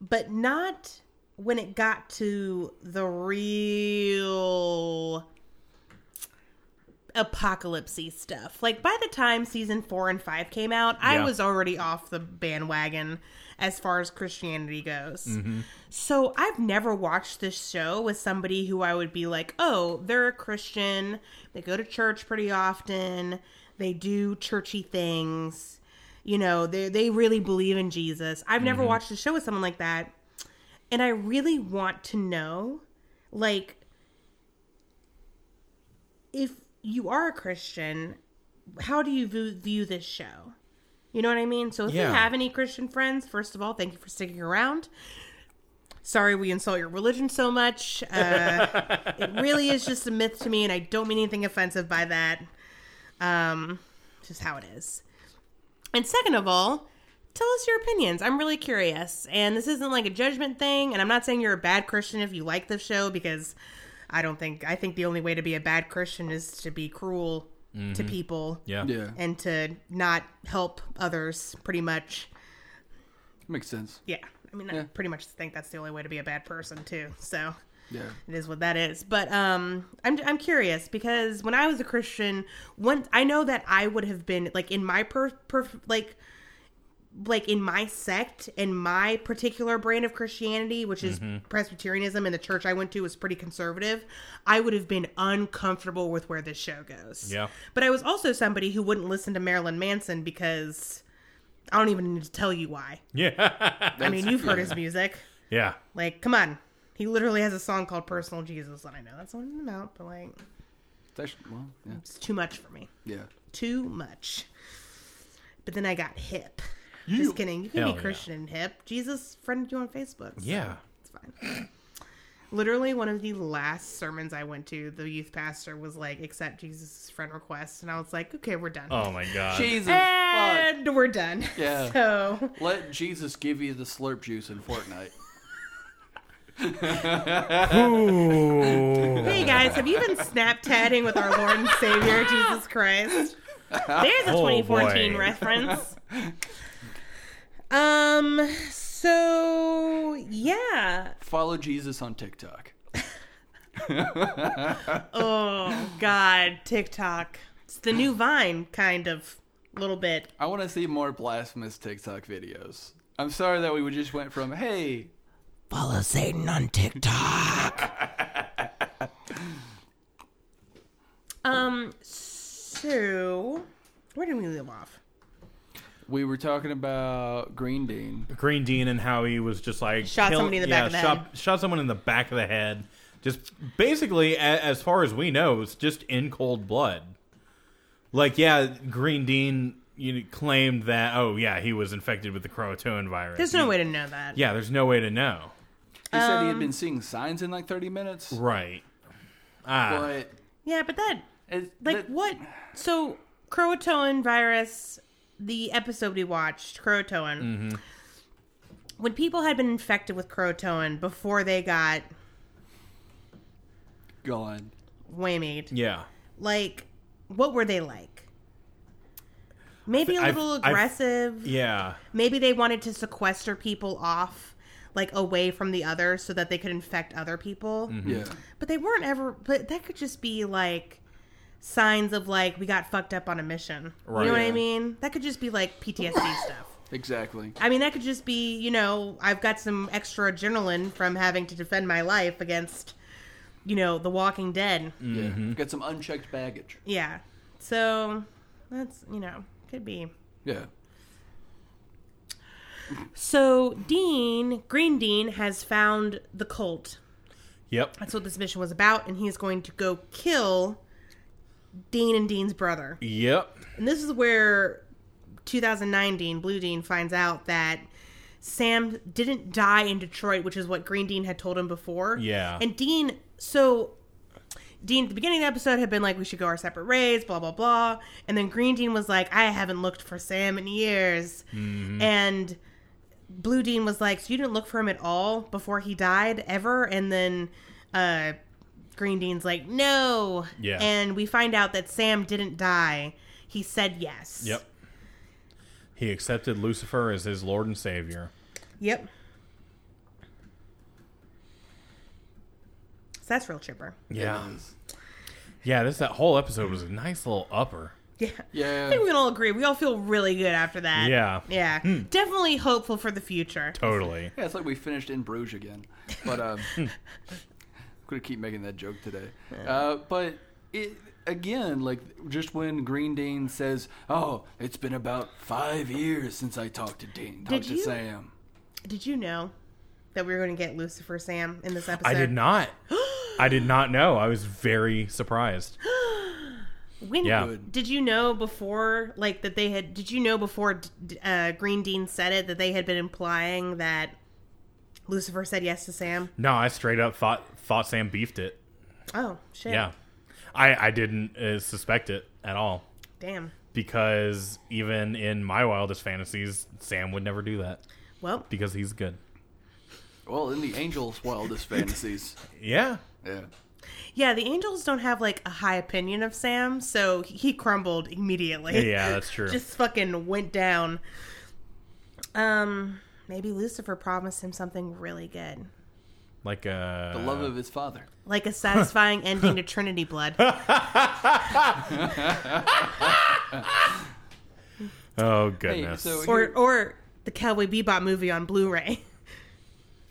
A: but not when it got to the real apocalypse stuff. Like by the time season four and five came out, I
B: Yeah.
A: was already off the bandwagon as far as Christianity goes. So I've never watched this show with somebody who I would be like, oh, they're a Christian. They go to church pretty often. They do churchy things. You know, they they really believe in Jesus. I've never watched a show with someone like that. And I really want to know like if you are a Christian, how do you view, view this show? You know what I mean? So if
B: Yeah.
A: you have any Christian friends, first of all, thank you for sticking around. Sorry we insult your religion so much. Uh, it really is just a myth to me, and I don't mean anything offensive by that. Um, just how it is. And second of all, tell us your opinions. I'm really curious. And this isn't like a judgment thing, and I'm not saying you're a bad Christian if you like the show because I don't think I think the only way to be a bad Christian is to be cruel to people
B: Yeah.
C: yeah
A: and to not help others pretty much.
C: makes sense
A: Yeah. I mean, I
C: Yeah.
A: pretty much think that's the only way to be a bad person too. So,
C: yeah
A: it is what that is. But um, I'm I'm curious because when I was a Christian, once I know that I would have been like in my per, per like like in my sect and my particular brand of Christianity, which is Presbyterianism, and the church I went to was pretty conservative. I would have been uncomfortable with where this show goes.
B: Yeah.
A: but I was also somebody who wouldn't listen to Marilyn Manson because I don't even need to tell you why.
B: Yeah.
A: I mean, you've heard his music.
B: yeah.
A: Like, come on. He literally has a song called Personal Jesus, and I know that's what it's about, but like,
C: It's actually- well, yeah.
A: it's too much for me.
C: yeah
A: Too much. But then I got hip.
C: You-
A: Just kidding. You can
B: Hell
A: be
B: yeah.
A: Christian and hip. Jesus friended you on Facebook. so
B: Yeah.
A: It's fine. Literally, one of the last sermons I went to, the youth pastor was like, accept Jesus' friend request. And I was like, okay, we're done.
B: Oh my god.
C: Jesus fuck.
A: and we're done.
C: Yeah.
A: So,
C: Let Jesus give you the slurp juice in Fortnite.
B: Ooh.
A: Hey guys, have you been snapchatting with our Lord and Savior Jesus Christ? There's a
B: Oh,
A: 2014
B: boy.
A: reference. Um. So yeah.
C: Follow Jesus on TikTok.
A: Oh God, TikTok. It's the new Vine, kind of, little bit.
C: I want to see more blasphemous TikTok videos. I'm sorry that we just went from hey,
A: Follow Satan on TikTok. um. So, where did we leave off?
C: we were talking about Green Dean.
B: Green Dean and how he was just like
A: Shot
B: kill-
A: somebody in the
B: yeah,
A: back of the
B: shot, Shot someone in the back of the head. Just basically, a- as far as we know, it's just in cold blood. Like, yeah, Green Dean you know, claimed that. Oh, yeah, he was infected with the Croatoan virus.
A: There's no way to know that.
B: Yeah, there's no way to know.
C: He said
A: Um,
C: he had been seeing signs in like 30 minutes.
B: Right. Ah,
C: But
A: Yeah, but that
C: it,
A: like
C: that-
A: what? So Croatoan virus, the episode we watched, Croatoan.
B: Mm-hmm.
A: When people had been infected with Croatoan before they got
C: Gone.
A: waymaid,
B: yeah.
A: like what were they like? Maybe a
B: I've-
A: little
B: I've-
A: aggressive.
B: Yeah.
A: Maybe they wanted to sequester people off, like away from the others, so that they could infect other people.
B: Mm-hmm.
C: Yeah.
A: But they weren't ever. But that could just be like signs of like we got fucked up on a mission.
B: Right.
A: You know what I
B: Yeah.
A: mean? That could just be like PTSD stuff.
C: Exactly.
A: I mean, that could just be you know I've got some extra adrenaline from having to defend my life against you know the Walking Dead.
C: Yeah. Got some unchecked baggage.
A: Yeah. So that's you know could be.
C: Yeah.
A: So Dean Green Dean has found the cult.
B: Yep.
A: That's what this mission was about, and he's going to go kill Dean and Dean's brother.
B: Yep.
A: And this is where 2009 Dean, Blue Dean, finds out that Sam didn't die in Detroit, which is what Green Dean had told him before.
B: Yeah.
A: And Dean, so Dean at the beginning of the episode had been like, we should go our separate ways, blah, blah, blah. And then Green Dean was like, I haven't looked for Sam in years.
B: Mm-hmm.
A: And Blue Dean was like, so you didn't look for him at all before he died, ever? And then, uh, Green Dean's like, no.
B: Yeah.
A: And we find out that Sam didn't die. He said yes.
B: Yep. He accepted Lucifer as his Lord and Savior.
A: Yep. So that's real chipper.
B: Yeah. Yeah, this that whole episode was a nice little upper.
A: Yeah. I
C: Yeah.
A: think we can all agree. We all feel really good after that.
B: Yeah.
A: Yeah. Definitely hopeful for the future.
B: Totally.
C: Yeah, it's like we finished in Bruges again. But um, I'm gonna keep making that joke today. Uh, but it, again, like just when Green Dean says, "Oh, it's been about five years since I talked to Dean, talked to
A: you-
C: Sam."
A: Did you know that we were going to get Lucifer Sam in this episode?
B: I did not. I did not know. I was very surprised.
A: When
B: Yeah.
C: Good.
A: did you know before, like that they had? Did you know before d- d- uh, Green Dean said it that they had been implying that Lucifer said yes to Sam?
B: No, I straight up thought thought Sam beefed it.
A: Oh shit!
B: Yeah, I I didn't uh, suspect it at all
A: Damn.
B: because even in my wildest fantasies, Sam would never do that
A: Well,
B: because he's good.
C: Well, in the angels' wildest fantasies,
B: Yeah,
C: yeah,
A: yeah, the angels don't have like a high opinion of Sam, so he- he crumbled immediately.
B: yeah, that's true.
A: just fucking went down. Um, maybe Lucifer promised him something really good,
B: like uh,
C: the love of his father.
A: like a satisfying ending to Trinity Blood.
B: oh
C: Hey,
B: goodness.
C: so
A: or
C: here-
A: or the Cowboy Bebop movie on Blu-ray.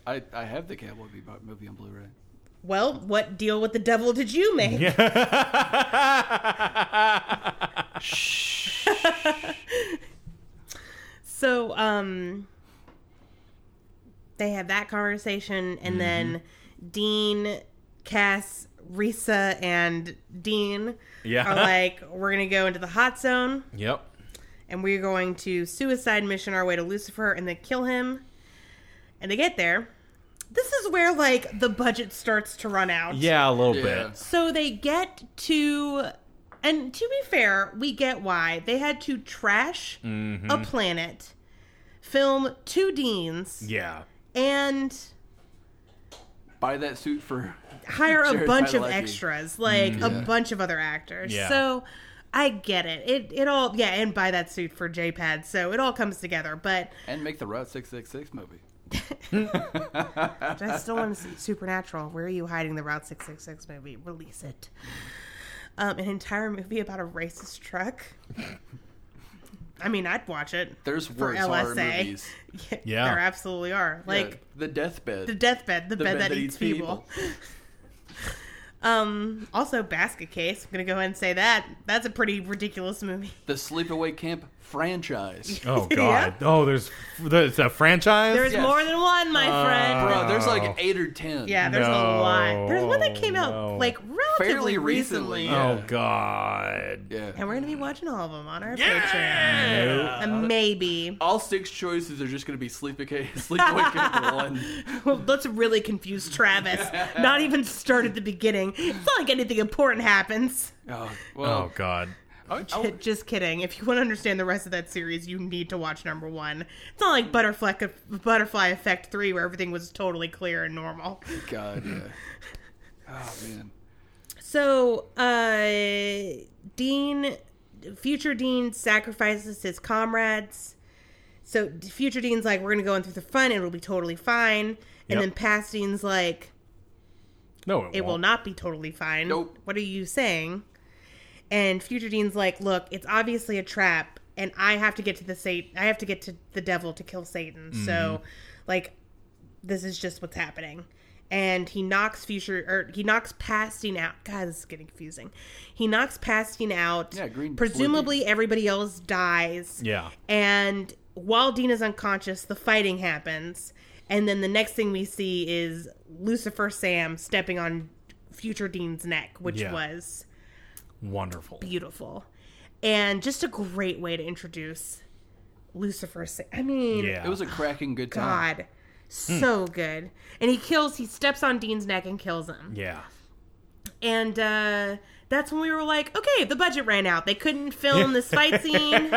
C: I, I have the Cowboy Bebop movie on Blu-ray.
A: Well, what deal with the devil did you make? so, um, they have that conversation, and then Dean, Cass, Risa, and Dean
B: Yeah.
A: are like, "We're gonna go into the hot zone,
B: yep.
A: and we're going to suicide mission our way to Lucifer, and then kill him." And they get there. This is where like the budget starts to run out.
B: Yeah, a little
C: Yeah.
B: bit.
A: So they get to, and to be fair, we get why they had to trash a planet, film two deans,
B: Yeah.
A: and
C: buy that suit for
A: hire a
C: Jared
A: bunch of
C: Padalecki.
A: extras, like
C: Yeah.
A: a bunch of other actors.
B: Yeah.
A: So I get it. It it all yeah, and buy that suit for JPad. So it all comes together. But
C: and make the Route 666 movie.
A: I still want to see Supernatural. Where are you hiding the Route Six Six Six movie? Release it. Um, an entire movie about a racist truck. I mean, I'd watch it.
C: There's
A: for
C: worse horror
A: LSA.
C: movies.
A: Yeah,
B: Yeah.
A: there absolutely are. Like
C: Yeah, the deathbed.
A: the deathbed, the, bed, that, eats people. Um, also, Basket Case. I'm gonna go ahead and say that. That's a pretty ridiculous movie.
C: the sleepaway camp franchise.
B: Oh
A: Yeah.
B: God! Oh, there's there's a franchise.
A: There's
C: Yes.
A: more than one, my friend.
C: Bro, there's
B: Oh.
C: like eight or ten.
A: Yeah, there's a
B: Uh, No.
A: lot. There's one that came out
B: No.
A: like relatively
C: Fairly
A: recently.
C: recently.
B: Oh God!
C: Yeah.
A: And we're gonna be watching all of them on our
B: Yeah.
A: Patreon. And maybe.
C: All six choices are just going to be sleepaway camp, sleepaway camp one.
A: Well, let's really confuse Travis. Not even start at the beginning. It's not like anything important happens.
C: Oh,
B: Oh
C: well, oh,
B: God!
C: I- I-
A: Just kidding. If you want to understand the rest of that series, you need to watch number one. It's not like Butterfly Butterfly Effect three, where everything was totally clear and normal.
C: God, yeah. Oh man.
A: So, uh, Dean, future Dean sacrifices his comrades. So, future Dean's like, we're going to go in through the front, it'll be totally fine. And
B: Yep.
A: then past Dean's like,
B: No, it,
A: it will
B: won't.
A: not be totally fine.
C: Nope.
A: What are you saying? And future Dean's like, look, it's obviously a trap, and I have to get to the Satan. I have to get to the devil to kill Satan.
C: Mm-hmm.
A: So, like, this is just what's happening. And he knocks future, or he knocks past Dean out. God, this is getting confusing. He knocks past Dean out.
C: Yeah, green- blue
A: Presumably, everybody else dies.
B: Yeah.
A: And while Dean is unconscious, the fighting happens. And then the next thing we see is Lucifer Sam stepping on future Dean's neck, which
B: Yeah.
A: was
B: Wonderful.
A: beautiful. And just a great way to introduce Lucifer Sam. I mean,
B: Yeah. Hmm.
C: It was a cracking good time.
A: Oh. God, so good. And he kills, he steps on Dean's neck and kills him.
B: yeah.
A: And uh, that's when we were like, okay, the budget ran out. They couldn't film this fight scene.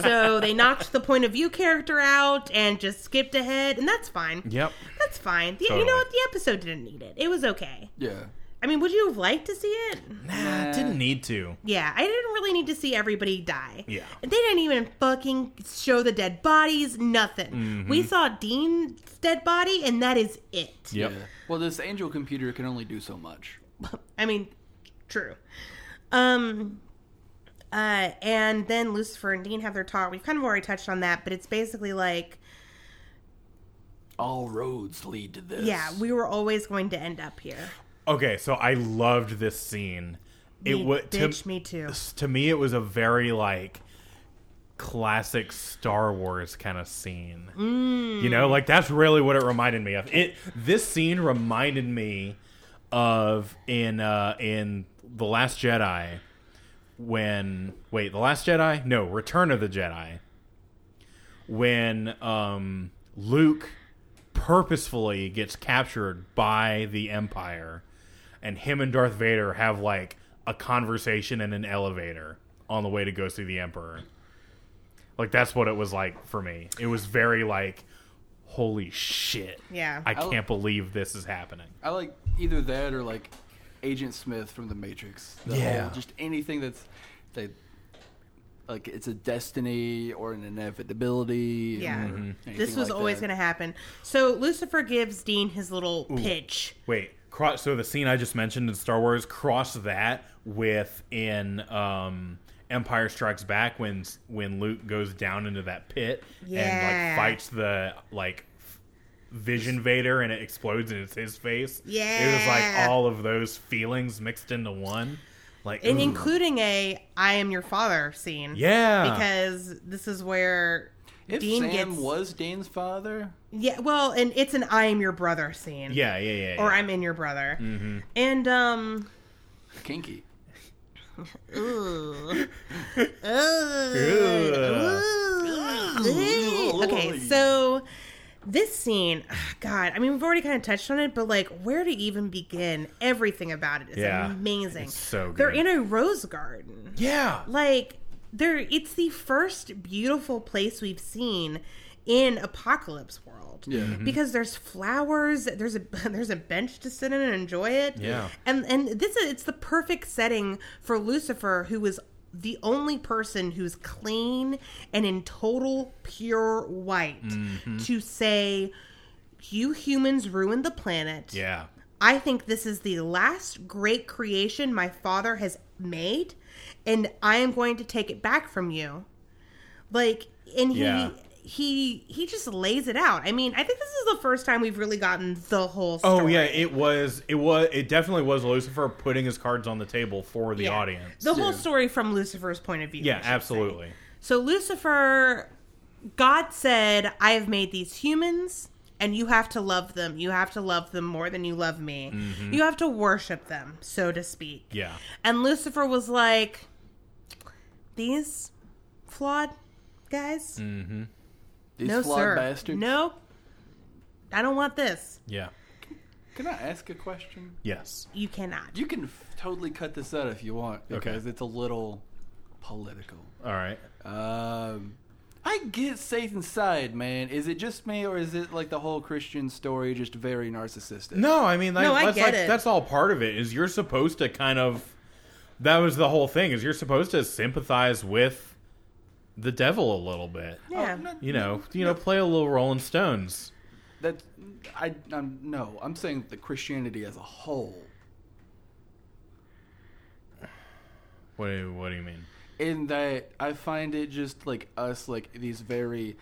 A: so they knocked the point of view character out and just skipped ahead. And that's fine.
B: Yep.
A: That's fine. The- You know
B: Totally.
A: what? The episode didn't need it. It was okay.
C: Yeah.
A: I mean, would you have liked to see it?
B: Nah, didn't need to.
A: Yeah, I didn't really need to see everybody die.
B: Yeah.
A: They didn't even fucking show the dead bodies, nothing.
B: Mm-hmm.
A: We saw Dean's dead body, and that is it.
B: Yep.
C: Yeah. Well, this angel computer can only do so much.
A: I mean, true. Um, uh, and then Lucifer and Dean have their talk. We've kind of already touched on that, but it's basically like,
C: All roads lead to this.
A: yeah, we were always going to end up here.
B: Okay, so I loved this scene.
A: Me-
B: it would to,
A: bitch, me too.
B: to me it was a very like classic Star Wars kind of scene.
C: Mm.
B: You know, like that's really what it reminded me of. It this scene reminded me of in uh in The Last Jedi when wait, The Last Jedi? No, Return of the Jedi. When um Luke purposefully gets captured by the Empire and him and Darth Vader have like a conversation in an elevator on the way to go see the Emperor. Like that's what it was like for me. It was very like, holy shit!
A: Yeah.
B: I can't believe this is happening.
C: I like either that or like Agent Smith from The Matrix. The
B: Yeah.
C: whole- just anything that's that like it's a destiny or an inevitability.
A: Yeah.
C: and
A: Mhm.
C: anything
A: this was
C: like
A: always
C: that.
A: going to happen. So Lucifer gives Dean his little pitch.
B: Wait, cross. So the scene I just mentioned in Star Wars cross that with in um, Empire Strikes Back when when Luke goes down into that pit
A: Yeah.
B: and like fights the like Vision Vader and it explodes and it's his face. it was
A: Yeah.
B: like all of those feelings mixed into one. Like
A: and
B: ooh.
A: including a "I am your father" scene.
B: Yeah.
A: because this is where
C: If
A: Dean
C: Sam
A: gets.
C: was Dean's father,
A: yeah, well, and it's an "I am your brother" scene.
B: yeah, yeah, yeah. yeah. Mm-hmm.
A: or "I'm in your brother," and um,
C: kinky.
A: ooh. Ugh.
B: Ugh.
A: Ooh. okay, so this scene, God, I mean, we've already kind of touched on it, but like, where to even begin? Everything about it is
B: Yeah.
A: amazing.
B: It's so
A: They're
B: good.
A: in a rose garden.
B: yeah.
A: like there it's the first beautiful place we've seen in Apocalypse World.
C: Yeah. Mhm.
A: Because there's flowers, there's a there's a bench to sit in and enjoy it.
B: Yeah.
A: And and this is it's the perfect setting for Lucifer who is the only person who's clean and in total pure white to say you humans ruined the planet.
B: Yeah.
A: I think this is the last great creation my father has made, and I am going to take it back from you. Like, and he
B: Yeah.
A: he he just lays it out. I mean, I think this is the first time we've really gotten the whole. Story.
B: Oh yeah, it was it was it definitely was Lucifer putting his cards on the table for the
A: Yeah.
B: audience.
A: The whole
C: Yeah.
A: story from Lucifer's point of view. I
B: yeah,
A: should say.
B: absolutely.
A: So Lucifer, God said, "I have made these humans." And you have to love them. You have to love them more than you love me.
B: Mm-hmm.
A: You have to worship them, so to speak.
B: Yeah.
A: And Lucifer was like, these flawed guys?
C: Mm. These
A: no,
C: flawed
A: sir.
C: bastards.
A: Nope. I don't want this.
B: Yeah.
C: Can I ask a question?
B: Yes.
A: You cannot.
C: You can f- totally cut this out if you want because it's a little political.
B: All right.
C: Um, I get Satan's side, man. Is it just me, or is it like the whole Christian story just very narcissistic?
B: No, I mean, like,
A: No, I
B: that's
A: get
B: like,
A: it.
B: that's all part of it. Is you're supposed to kind of that was the whole thing. Is you're supposed to sympathize with the devil a little bit.
A: yeah.
C: Oh, no,
B: You know, you know, play a little Rolling Stones.
C: that I I'm, no. I'm saying the Christianity as a whole.
B: What do you, what do you mean?
C: in that I find it just like us, like these very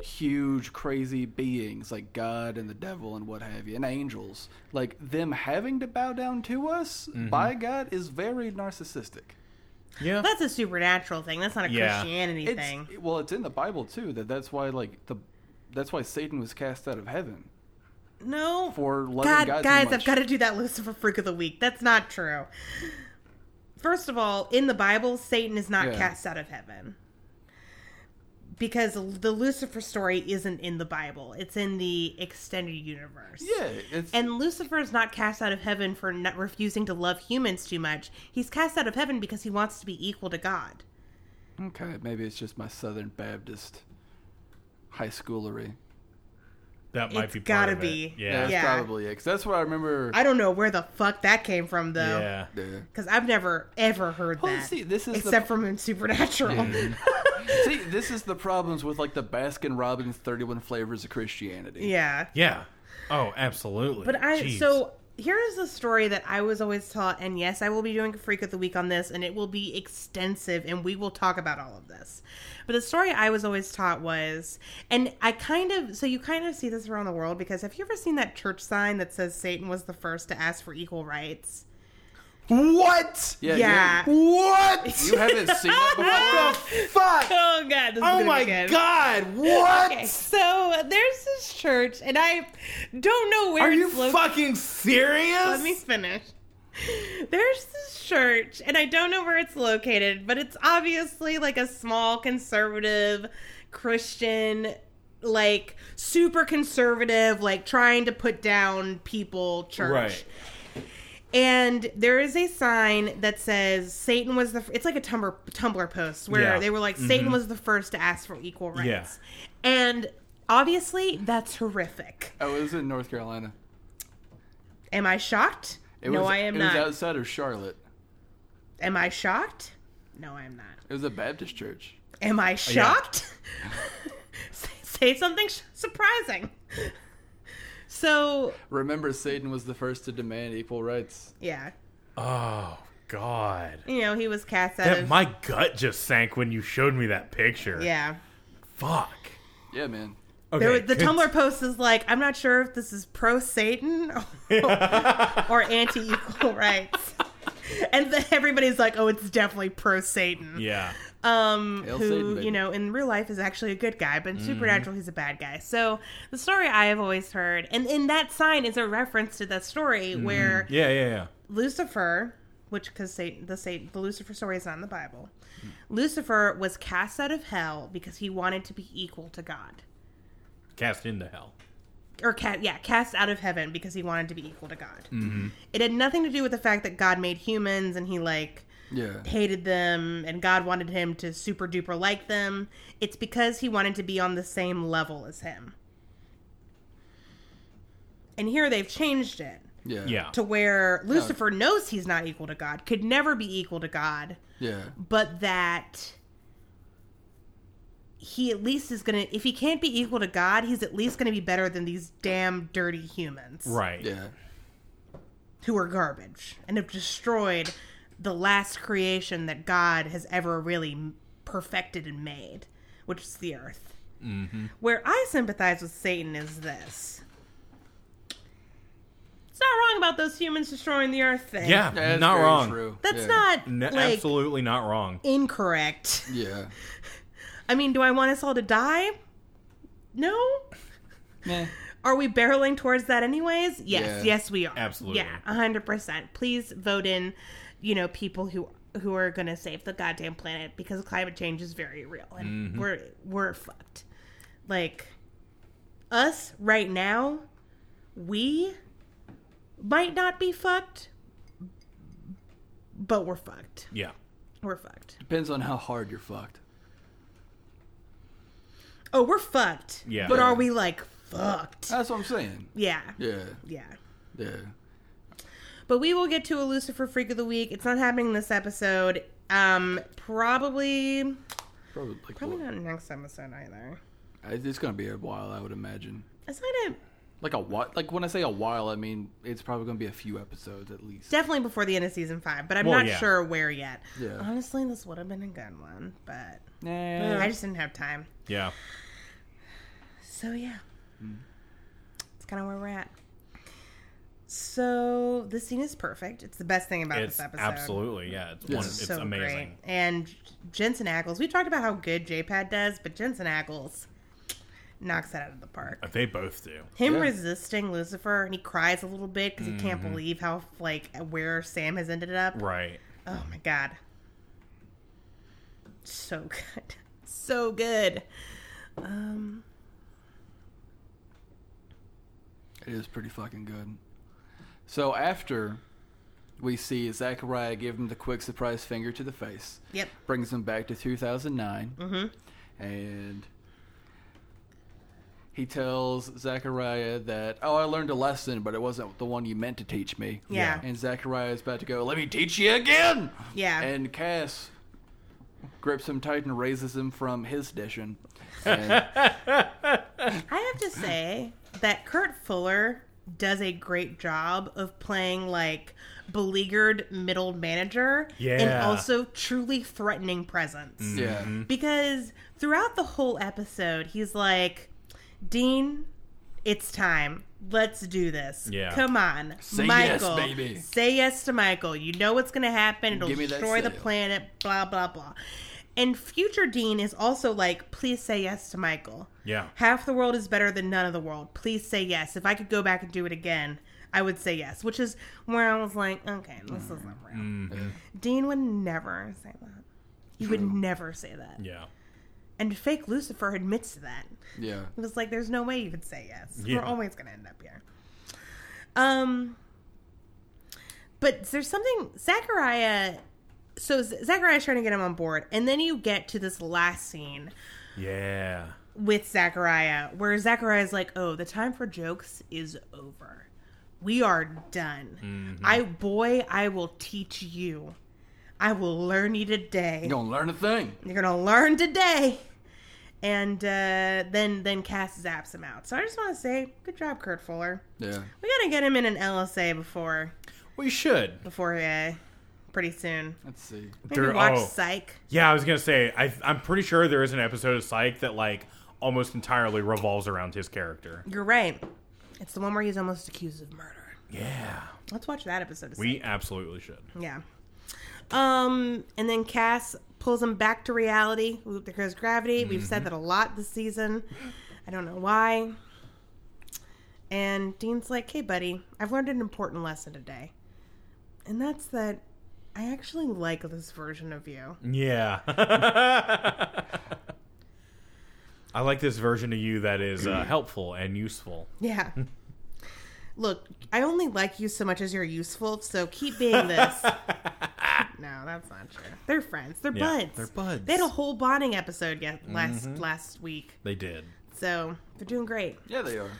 C: huge, crazy beings, like God and the devil and what have you, and angels, like them having to bow down to us
B: Mm-hmm.
C: by God is very narcissistic.
B: Yeah.
A: That's a supernatural thing. That's not a
B: Yeah.
A: Christianity
C: It's
A: thing.
C: well, it's in the Bible too that that's why like the that's why Satan was cast out of heaven
A: No.
C: for loving
A: God,
C: God, too
A: guys,
C: much.
A: I've got to do that Lucifer Freak of the Week. That's not true. First of all, in the Bible, Satan is not
C: Yeah.
A: cast out of heaven. Because the Lucifer story isn't in the Bible, it's in the extended universe.
C: yeah, it's
A: And Lucifer is not cast out of heaven for not refusing to love humans too much. He's cast out of heaven because he wants to be equal to God.
C: okay. Maybe it's just my Southern Baptist high schoolery.
B: that might
A: it's
B: be part
A: gotta
B: of it.
A: be.
B: Yeah.
C: that's
A: Yeah.
C: probably it. 'cause that's what I remember.
A: I don't know where the fuck that came from, though.
B: Yeah.
C: Yeah.
A: Because I've never, ever heard
C: Well,
A: that.
C: see, this is the-
A: Except from in Supernatural.
C: See, this is the problems with like the Baskin Robbins 31 flavors of Christianity.
A: yeah.
B: Yeah. Oh, absolutely.
A: But I
B: Jeez.
A: so here is a story that I was always taught, and yes, I will be doing a freak of the week on this, and it will be extensive, and we will talk about all of this. But the story I was always taught was, and I kind of so you kind of see this around the world because have you ever seen that church sign that says Satan was the first to ask for equal rights?
B: what?
C: Yeah.
A: Yeah.
B: What?
C: You, you haven't seen it before?
B: what the fuck?
A: Oh god! This is
B: Oh
A: gonna
B: my
A: be good.
B: god! What?
A: Okay, so there's this church, and I don't know where
B: Are you
A: it's located.
B: fucking serious?
A: Let me finish. There's this church, and I don't know where it's located, but it's obviously like a small conservative Christian, like super conservative, like trying to put down people church.
B: Right.
A: And there is a sign that says Satan was the. F- it's like a Tumblr Tumblr post where
B: Yeah. Mm-hmm.
A: they were like Satan was the first to ask for equal rights.
B: Yeah.
A: And obviously, that's horrific.
C: Oh, it was in North Carolina.
A: Am I shocked?
C: It
A: no,
C: was,
A: I am
C: it
A: not.
C: was outside of Charlotte.
A: Am I shocked? No, I'm not.
C: It was a Baptist church.
A: Am
B: Oh,
A: I shocked? say, say something sh- surprising. So,
C: Remember, Satan was the first to demand equal rights.
A: yeah.
B: Oh god.
A: You know, he was cast out
B: That,
A: of.
B: my gut just sank when you showed me that picture.
A: yeah.
B: Fuck.
C: Yeah, man.
B: Okay.
A: There was- the
B: good-
A: Tumblr post is like, I'm not sure if this is pro Satan or anti equal rights. And then everybody's like, oh, it's definitely pro Satan.
B: Yeah.
A: um,
C: Hail
A: who
C: Satan, baby. Mm-hmm.
A: you know in real life is actually a good guy, but in Supernatural he's a bad guy. So the story I have always heard, and in that sign is a reference to that story
C: Mm-hmm.
A: where
B: Yeah. Yeah. Yeah.
A: Lucifer, which because Satan, the Satan, the Lucifer story is not in the Bible.
C: Hmm.
A: Lucifer was cast out of hell because he wanted to be equal to God,
B: Cast into hell.
A: or ca- yeah, cast out of heaven
C: Mm-hmm.
A: because he wanted to be equal to God. It had nothing to do with the fact that God made humans and he like
C: Yeah.
A: hated them and God wanted him to super duper like them. It's because he wanted to be on the same level as him. And here they've changed it
C: Yeah.
B: Yeah.
A: to where Lucifer knows he's not equal to God, could never be equal to God,
C: Yeah.
A: but that he at least is going to, if he can't be equal to God, he's at least going to be better than these damn dirty humans
B: Right.
C: Yeah.
A: who are garbage and have destroyed the last creation that God has ever really perfected and made, which is the earth.
B: Mm-hmm.
A: Where I sympathize with Satan is this. It's not wrong about those humans destroying the earth thing.
B: Yeah,
C: Yeah, that's
B: not
C: very
B: wrong.
C: true.
A: That's
C: Yeah.
A: not
B: N-
A: like
B: absolutely not wrong.
A: incorrect.
C: Yeah.
A: I mean, do I want us all to die? No.
C: Meh.
A: Are we barreling towards that anyways? Yes,
C: Yeah.
A: yes we are.
B: Absolutely.
A: Yeah, 100%. Please vote in, you know, people who who are going to save the goddamn planet because climate change is very real and we're we're fucked. Like us right now, we might not be fucked, but we're fucked.
B: Yeah.
A: We're fucked.
C: Depends on how hard you're fucked.
A: Oh, we're fucked.
B: Yeah.
A: But are we like fucked?
C: That's what I'm saying.
A: yeah.
C: Uh, Yeah.
A: Yeah.
C: Yeah.
A: But we will get to a Lucifer Freak of the Week. It's not happening this episode. Um, probably,
C: Probably. Like,
A: probably not next episode either.
C: It's gonna be a while, I would imagine.
A: It's not a,
C: Like a what? Like when I say a while, I mean it's probably gonna be a few episodes at least.
A: definitely before the end of season five, but I'm
B: Well,
A: not
B: yeah.
A: sure where yet.
C: Yeah.
A: Honestly, this would have been a good one, but
C: Nah.
A: I just didn't have time.
B: Yeah.
A: So yeah, it's kind of where we're at. So this scene is perfect. It's the best thing about
B: It's
A: this episode.
B: absolutely yeah. It's one, it's
A: so
B: amazing.
A: Great. And Jensen Ackles, we talked about how good JPad does, but Jensen Ackles knocks that out of the park.
B: Uh, They both do.
A: Him
C: Yeah.
A: resisting Lucifer, and he cries a little bit because he can't believe how like where Sam has ended up.
B: Mm-hmm. Right.
A: Oh my god, so good, so good. Um,
C: It is pretty fucking good. So after we see Zachariah give him the quick surprise finger to the face,
A: yep,
C: brings him back to 2009,
A: Mm-hmm.
C: and he tells Zachariah that, "Oh, I learned a lesson, but it wasn't the one you meant to teach me."
A: Yeah.
C: And Zachariah is about to go, "Let me teach you again."
A: Yeah.
C: And Cass grips him tight and raises him from his station. And
A: I have to say that Kurt Fuller does a great job of playing like beleaguered middle manager and
B: Yeah.
A: also truly threatening presence.
C: yeah.
A: Mm-hmm. Because throughout the whole episode, he's like, Dean, it's time. Let's do this.
B: Yeah.
A: Come on.
C: Say yes,
A: Michael.
C: baby."
A: Say yes to Michael. You know what's going to happen. It'll
C: Give me that
A: destroy the
C: sale.
A: planet, blah, blah, blah. And future Dean is also like, please say yes to Michael.
B: Yeah.
A: Half the world is better than none of the world. Please say yes. If I could go back and do it again, I would say yes. Which is where I was like, okay, this isn't real.
C: Mm.
A: Dean would never say that. He would never say that.
B: Yeah.
A: And fake Lucifer admits to that.
C: Yeah.
A: It was like, there's no way you could say yes.
B: Yeah.
A: We're always going to end up here. Um, but there's something Zachariah. So Z- Zachariah's trying to get him on board, and then you get to this last scene
B: Yeah.
A: with Zachariah, where Zachariah's like, "Oh, the time for jokes is over. We are done. I boy, I will teach you. I will learn you today.
C: You gonna learn a thing.
A: You're gonna learn today." And uh, then then Cass zaps him out. So I just want to say, good job, Kurt Fuller.
C: Yeah.
A: We gotta get him in an LSA before
B: We should.
A: before uh, pretty soon.
C: Let's see.
A: Maybe
B: There-
A: watch
B: oh.
A: Psych.
B: Yeah, I was gonna say. I, I'm pretty sure there is an episode of Psych that like almost entirely revolves around his character.
A: You're right. It's the one where he's almost accused of murder.
B: Yeah.
A: Let's watch that episode. of
B: We absolutely should.
A: Yeah. Um, and then Cass pulls him back to reality. Oop, there goes gravity. We've
B: Mm-hmm.
A: said that a lot this season. I don't know why. And Dean's like, "Hey, buddy, I've learned an important lesson today, and that's that I actually like this version of you."
B: Mm-hmm. Yeah. I like this version of you that is uh, helpful and useful.
A: Yeah. Look, I only like you so much as you're useful, so keep being this. No, that's not true. They're friends. They're
B: Yeah,
A: buds.
B: they're buds. Mm-hmm.
A: They had a whole bonding episode yet last last week,
B: They did.
A: so they're doing great.
C: Yeah, they are.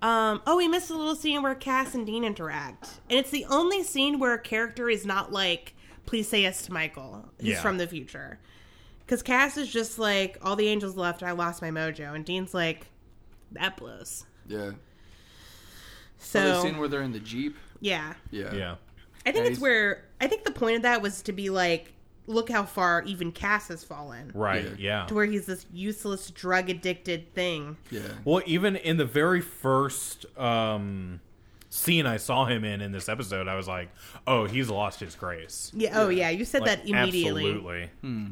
A: Um, oh, we missed a little scene where Cass and Dean interact, and it's the only scene where a character is not like, "Please say yes to Michael," who's
B: Yeah.
A: from the future, because Cass is just like, "All the angels left, I lost my mojo," and Dean's like, "That blows."
C: Yeah. So the
A: So
C: scene where they're in the jeep.
A: yeah,
C: Yeah.
B: Yeah.
A: I think
C: Yeah,
A: it's
C: he's-
A: where I think the point of that was to be like, look how far even Cass has fallen.
B: Right. Yeah.
A: To where he's this useless drug addicted thing.
C: Yeah.
B: Well, even in the very first um, scene I saw him in in this episode, I was like, "Oh, he's lost his grace."
A: Yeah. Oh yeah, you said
B: Like,
A: that immediately. Hmm.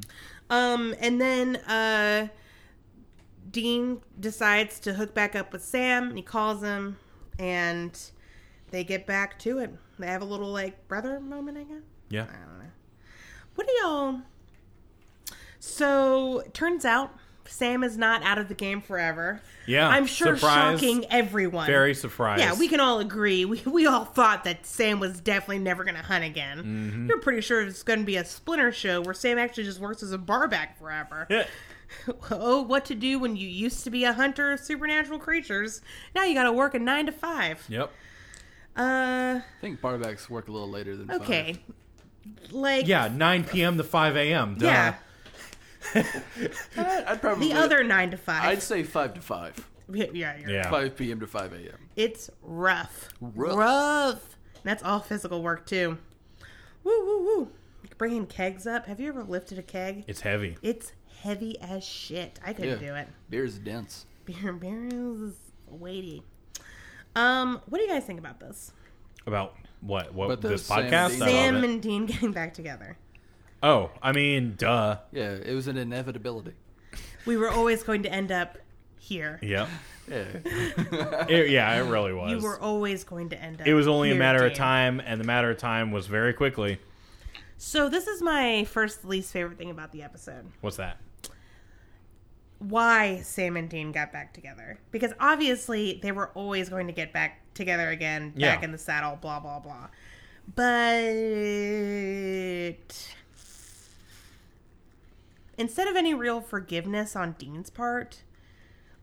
B: Absolutely.
A: Um, and then uh, Dean decides to hook back up with Sam. And he calls him, and they get back to it. They have a little like brother moment, I guess.
B: Yeah.
A: I don't know. What do y'all? So turns out Sam is not out of the game forever.
B: Yeah.
A: I'm sure
B: Surprise.
A: shocking everyone.
B: Very surprised.
A: Yeah, we can all agree. We, we all thought that Sam was definitely never going to hunt again.
B: Mm-hmm.
A: You're pretty sure it's going to be a splinter show where Sam actually just works as a barback forever.
B: Yeah.
A: oh, what to do when you used to be a hunter of supernatural creatures. Now you got to work a nine to five.
B: Yep.
A: Uh,
C: I think barbacks work a little later than five.
A: okay. Like,
B: Yeah. 9 p.m. to 5 a.m. Duh.
A: yeah,
C: I'd probably
A: the other nine to
C: I'd
A: 5
C: say five to five.
A: Yeah, yeah, you're
B: Yeah.
C: Five p.m. to five a.m.
A: It's rough.
C: Rough.
A: Rough. And That's all physical work too. Woo woo woo. Bringing kegs up. Have you ever lifted a keg?
B: It's heavy.
A: It's heavy as shit. I couldn't
C: Yeah.
A: do it.
C: Beer's dense.
A: Beer barrels is weighty. Um, what do you guys think about this?
B: About what? What
C: But the
B: this
C: Sam
B: podcast?
C: Dean-
B: I love
A: Sam
B: it.
A: and Dean getting back together.
B: oh, I mean, duh.
C: Yeah, it was an inevitability.
A: We were always going to end up here.
B: Yep.
C: Yeah.
B: It- yeah, it really was.
A: You were always going to end up.
B: it was only a
A: here,
B: matter of
A: Dean.
B: time, and the matter of time was very quickly.
A: So this is my first least favorite thing about the episode.
B: What's that?
A: why Sam and Dean got back together. Because obviously they were always going to get back together again, back
B: Yeah.
A: in the saddle, blah, blah, blah. But instead of any real forgiveness on Dean's part,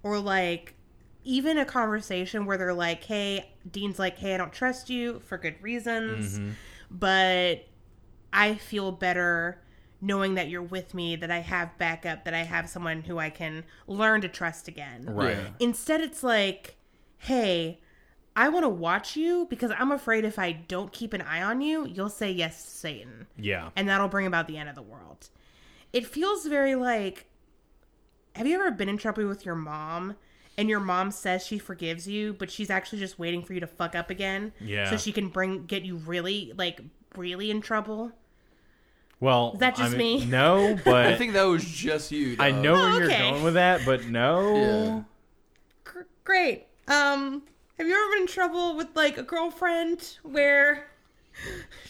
A: or like even a conversation where they're like, hey, Dean's like, hey, I don't trust you for good reasons, but I feel better knowing that you're with me, that I have backup, that I have someone who I can learn to trust again.
B: Right.
C: Yeah.
A: Instead, it's like, hey, I want to watch you because I'm afraid if I don't keep an eye on you, you'll say yes to Satan.
B: Yeah.
A: And that'll bring about the end of the world. It feels very like have you ever been in trouble with your mom and your mom says she forgives you, but she's actually just waiting for you to fuck up again?
B: Yeah.
A: So she can bring get you really like really in trouble.
B: Well,
A: that
B: I
A: just
B: mean,
A: me? Oh,
B: No, but
C: I think that was just you.
B: I
C: dog.
B: know where you're
A: okay.
B: going with that, but no.
A: Gr- great. Um, have you ever been in trouble with like a girlfriend where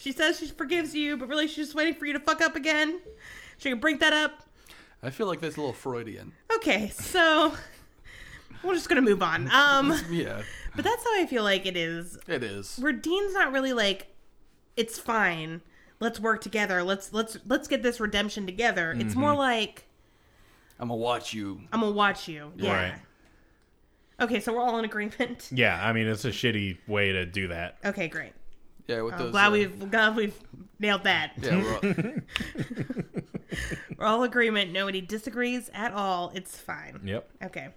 A: she says she forgives you, but really she's just waiting for you to fuck up again? She can bring that up.
C: I feel like that's a little Freudian.
A: Okay, so we're just gonna move on. Um,
C: Yeah,
A: but that's how I feel like it is.
C: it is.
A: Where Dean's not really like, it's fine. Let's work together. Let's let's let's get this redemption together. It's more like
C: I'm gonna watch you.
A: I'm gonna watch you. Yeah.
B: Right.
A: Okay, so we're all in agreement.
B: Yeah, I mean, it's a shitty way to do that.
A: Okay, great.
C: Yeah, with those.
A: Oh, glad
C: uh,
A: we've glad we've nailed that.
C: Yeah, we're all-
A: We're all agreement. Nobody disagrees at all. It's fine.
B: Yep.
A: Okay.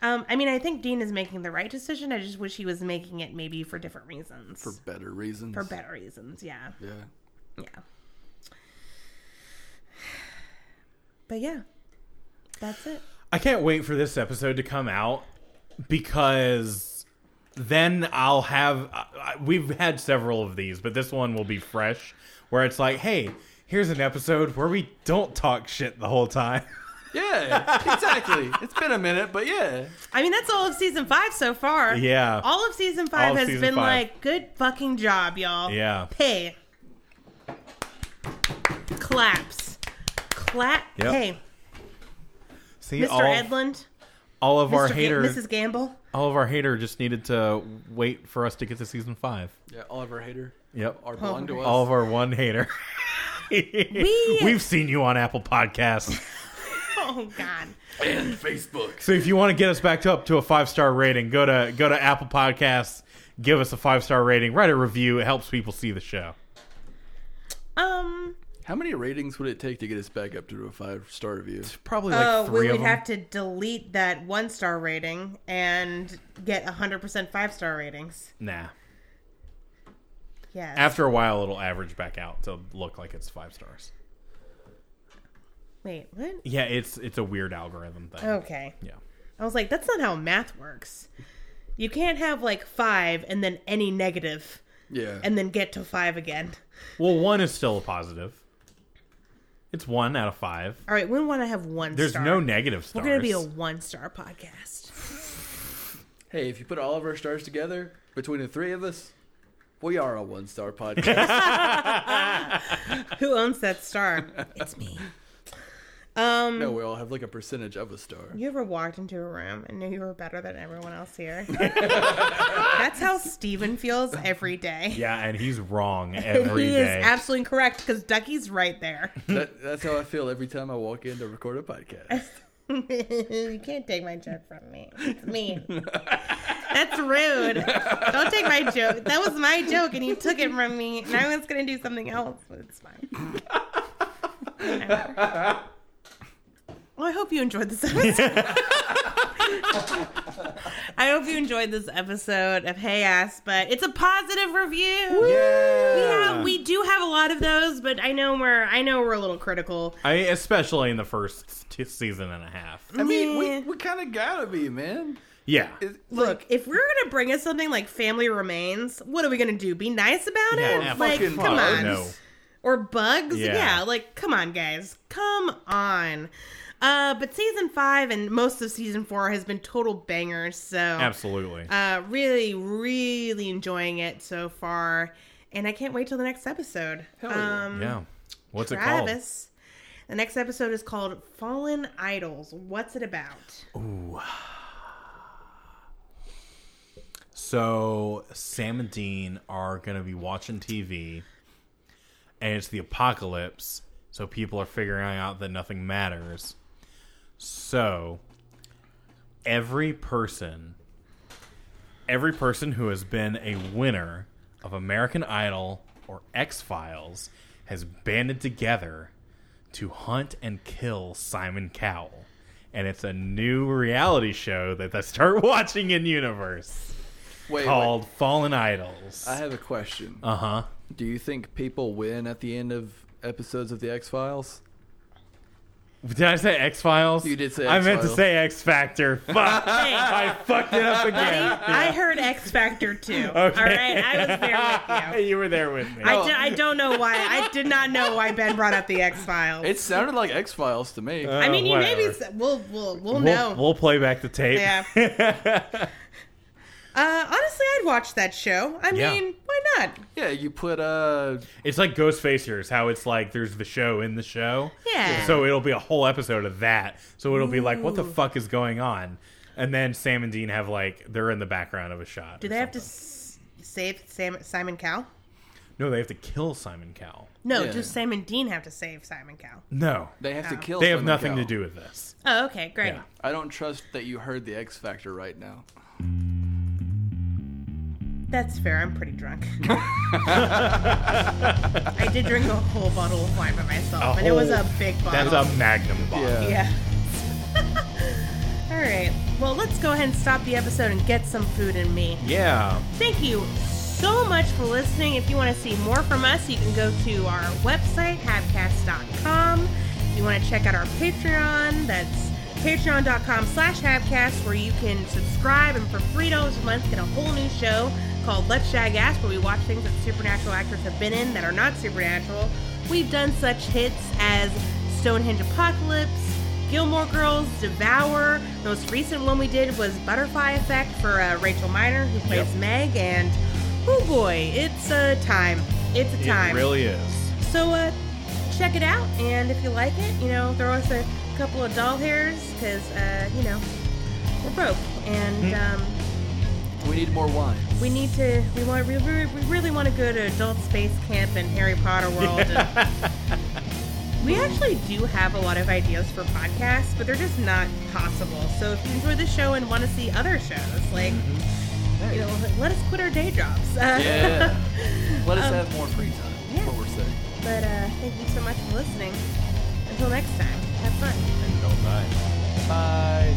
A: Um, I mean, I think Dean is making the right decision. I just wish he was making it maybe for different reasons,
C: for
A: for,
C: better reasons.
A: better reasons. Yeah,
C: Yeah.
A: yeah. But yeah, that's it.
B: I can't wait for this episode to come out because then I'll have. I- I- We've had several of these, but this one will be fresh where it's like, hey, here's an episode where we don't talk shit the whole time.
C: Yeah, exactly. it's been a minute, but yeah.
A: I mean, that's all of season five so far.
B: Yeah.
A: all of season five
B: All of
A: has
B: season
A: been
B: five.
A: like good fucking job, y'all.
B: Yeah.
A: Hey. Claps. Clap.
B: Yep.
A: Hey,
B: See,
A: Mr.
B: All,
A: Edlund.
B: all of our
A: Mr. Ga-
B: haters,
A: Mrs. Gamble.
B: all of our hater just needed to wait for us to get to season five.
C: Yeah, Oliver Hater.
B: Yep.
C: Our blonde to us.
B: All of our one hater. we... We've seen you on Apple Podcasts.
A: Oh God.
C: and Facebook.
B: So if you want to get us back to up to a five star rating, go to go to Apple Podcasts, give us a five star rating, write a review. It helps people see the show.
A: Um.
C: How many ratings would it take to get us back up to a five star review?
B: Probably
A: Oh,
B: like three
A: we
B: of
A: would
B: them.
A: have to delete that one star rating and get 100% five star ratings.
B: Nah.
A: Yes.
B: After a while, it'll average back out to look like it's five stars.
A: Wait, what?
B: Yeah, it's it's a weird algorithm thing.
A: Okay.
B: Yeah.
A: I was like, that's not how math works. You can't have like five and then any negative
C: Yeah.
A: and then get to five again.
B: Well, one is still a positive. It's one out of five.
A: All right, we want to have one
B: There's
A: star.
B: no negative stars.
A: We're going to be a one star podcast.
C: hey, if you put all of our stars together between the three of us, we are a one star podcast.
A: Who owns that star? It's me.
C: no, we all have like a percentage of a star.
A: You ever walked into a room and knew you were better than everyone else here? That's how Steven feels every day.
B: yeah, and he's wrong
A: And
B: every
A: he
B: day.
A: is absolutely correct because Ducky's right there.
C: That, that's how I feel every time I walk in to record a podcast.
A: you can't take my joke from me. It's mean. That's rude. Don't take my joke. That was my joke, and you took it from me. And I was gonna do something else, but it's fine. Whatever. well, I hope you enjoyed this episode. I hope you enjoyed this episode of Hey Ass, but it's a positive review. We, have, we do have a lot of those, but I know we're I know we're a little critical.
B: I mean, especially in the first t- season and a half.
C: I mean,
A: Yeah.
C: we, we kind of gotta be, man.
B: Yeah.
C: It,
A: Look, if we're gonna bring us something like Family Remains, what are we gonna do? Be nice about it?
B: yeah,
A: like,
C: fucking
A: come
C: fuck
A: on.
B: Oh, No.
A: Or bugs?
B: Yeah.
A: Yeah. like, come on, guys, come on. Uh, but season five and most of season four has been total bangers. So
B: Absolutely.
A: uh, really, really enjoying it so far, and I can't wait till the next episode.
C: Hell yeah.
A: Um,
B: yeah. What's it
A: Travis. The next episode is called Fallen Idols. What's it about?
B: called? So Sam and Dean are gonna be watching TV, and it's the apocalypse. So people are figuring out that nothing matters. So every person, every person who has been a winner of American Idol or X Files has banded together to hunt and kill Simon Cowell. And it's a new reality show that they start watching in universe
C: wait, wait,
B: called Fallen Idols.
C: I have a question.
B: Uh huh.
C: Do you think people win at the end of episodes of the X Files?
B: Did I say X Files?
C: You did say
B: I meant to
C: X-Files.
B: say X Factor. Fuck! I fucked it up
A: Buddy,
B: again.
A: I heard X Factor too. All right, I was there with you.
B: you were there with me.
A: I, di- I don't know why. I did not know why Ben brought up the X Files.
C: It sounded like X Files to me.
A: I mean,
B: Uh,
A: you maybe
B: whatever.
A: s- we'll we'll we'll,
B: we'll,
A: know.
B: we'll play back the tape.
A: yeah. uh, honestly, I'd watch that show. I
B: Yeah.
A: mean, why not?
C: yeah, you put uh,
B: It's like Ghost Facers, how it's like there's the show in the show.
A: Yeah.
B: So it'll be a whole episode of that. So it'll be like, what the fuck is going on? And then Sam and Dean have like they're in the background of a shot.
A: Do
B: or
A: they have to
B: something.
A: s- save Sam Simon Cowell?
B: No, they have to kill Simon Cowell.
A: No,
C: Yeah.
A: just Sam and Dean have to save Simon Cowell.
B: No,
C: they have to
A: Oh.
C: kill.
B: they have
C: Simon
B: nothing to
C: Cowell.
B: do with this.
A: Oh, okay, great.
B: Yeah.
C: I don't trust that you heard the X Factor right now.
A: That's fair. I'm pretty drunk. I did drink a whole bottle of wine by myself,
B: A
A: and it was
B: whole-
A: a big bottle.
B: That's a magnum bottle.
C: Yeah.
A: Yeah. All right. Well, let's go ahead and stop the episode and get some food in me.
B: Yeah.
A: Thank you so much for listening. If you want to see more from us, you can go to our website, habcast.com. If you want to check out our Patreon, that's patreon.com slash habcast, where you can subscribe and for $3 a month get a whole new show called Let's Shag Ass, where we watch things that supernatural actors have been in that are not supernatural. We've done such hits as Stonehenge Apocalypse, Gilmore Girls, Devour. The most recent one we did was Butterfly Effect for uh, Rachel Miner, who plays
B: Yep.
A: Meg. And oh boy, it's a time. It's a time.
B: It really is.
A: So uh, check it out, and if you like it, you know, throw us a couple of doll hairs because uh, you know we're broke, and
C: Mm-hmm.
A: um,
C: We need more wine.
A: we need to. We want. We, re- we really want to go to adult space camp and Harry Potter world. And, We actually do have a lot of ideas for podcasts, but they're just not possible. So if you enjoy the show and want to see other shows, like you know, let us quit our day jobs. Uh,
C: Mm-hmm. Yeah. Let
A: Um,
C: us have more free time.
A: yeah.
C: What we're saying.
A: but uh, thank you so much for listening. Until next time, have fun.
B: And don't die.
C: Bye.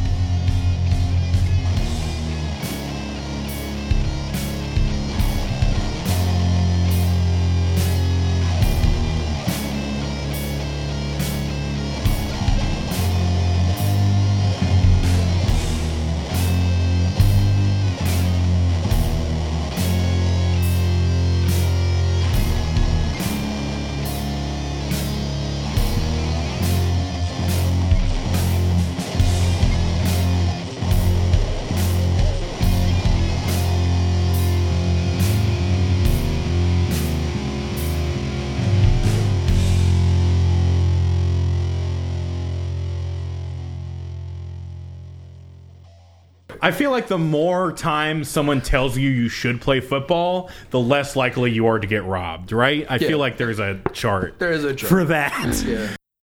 B: I feel like the more time someone tells you you should play football, the less likely you are to get robbed, right? I
C: Yeah.
B: feel like there's a chart
C: There is a joke.
B: for that.
C: yeah.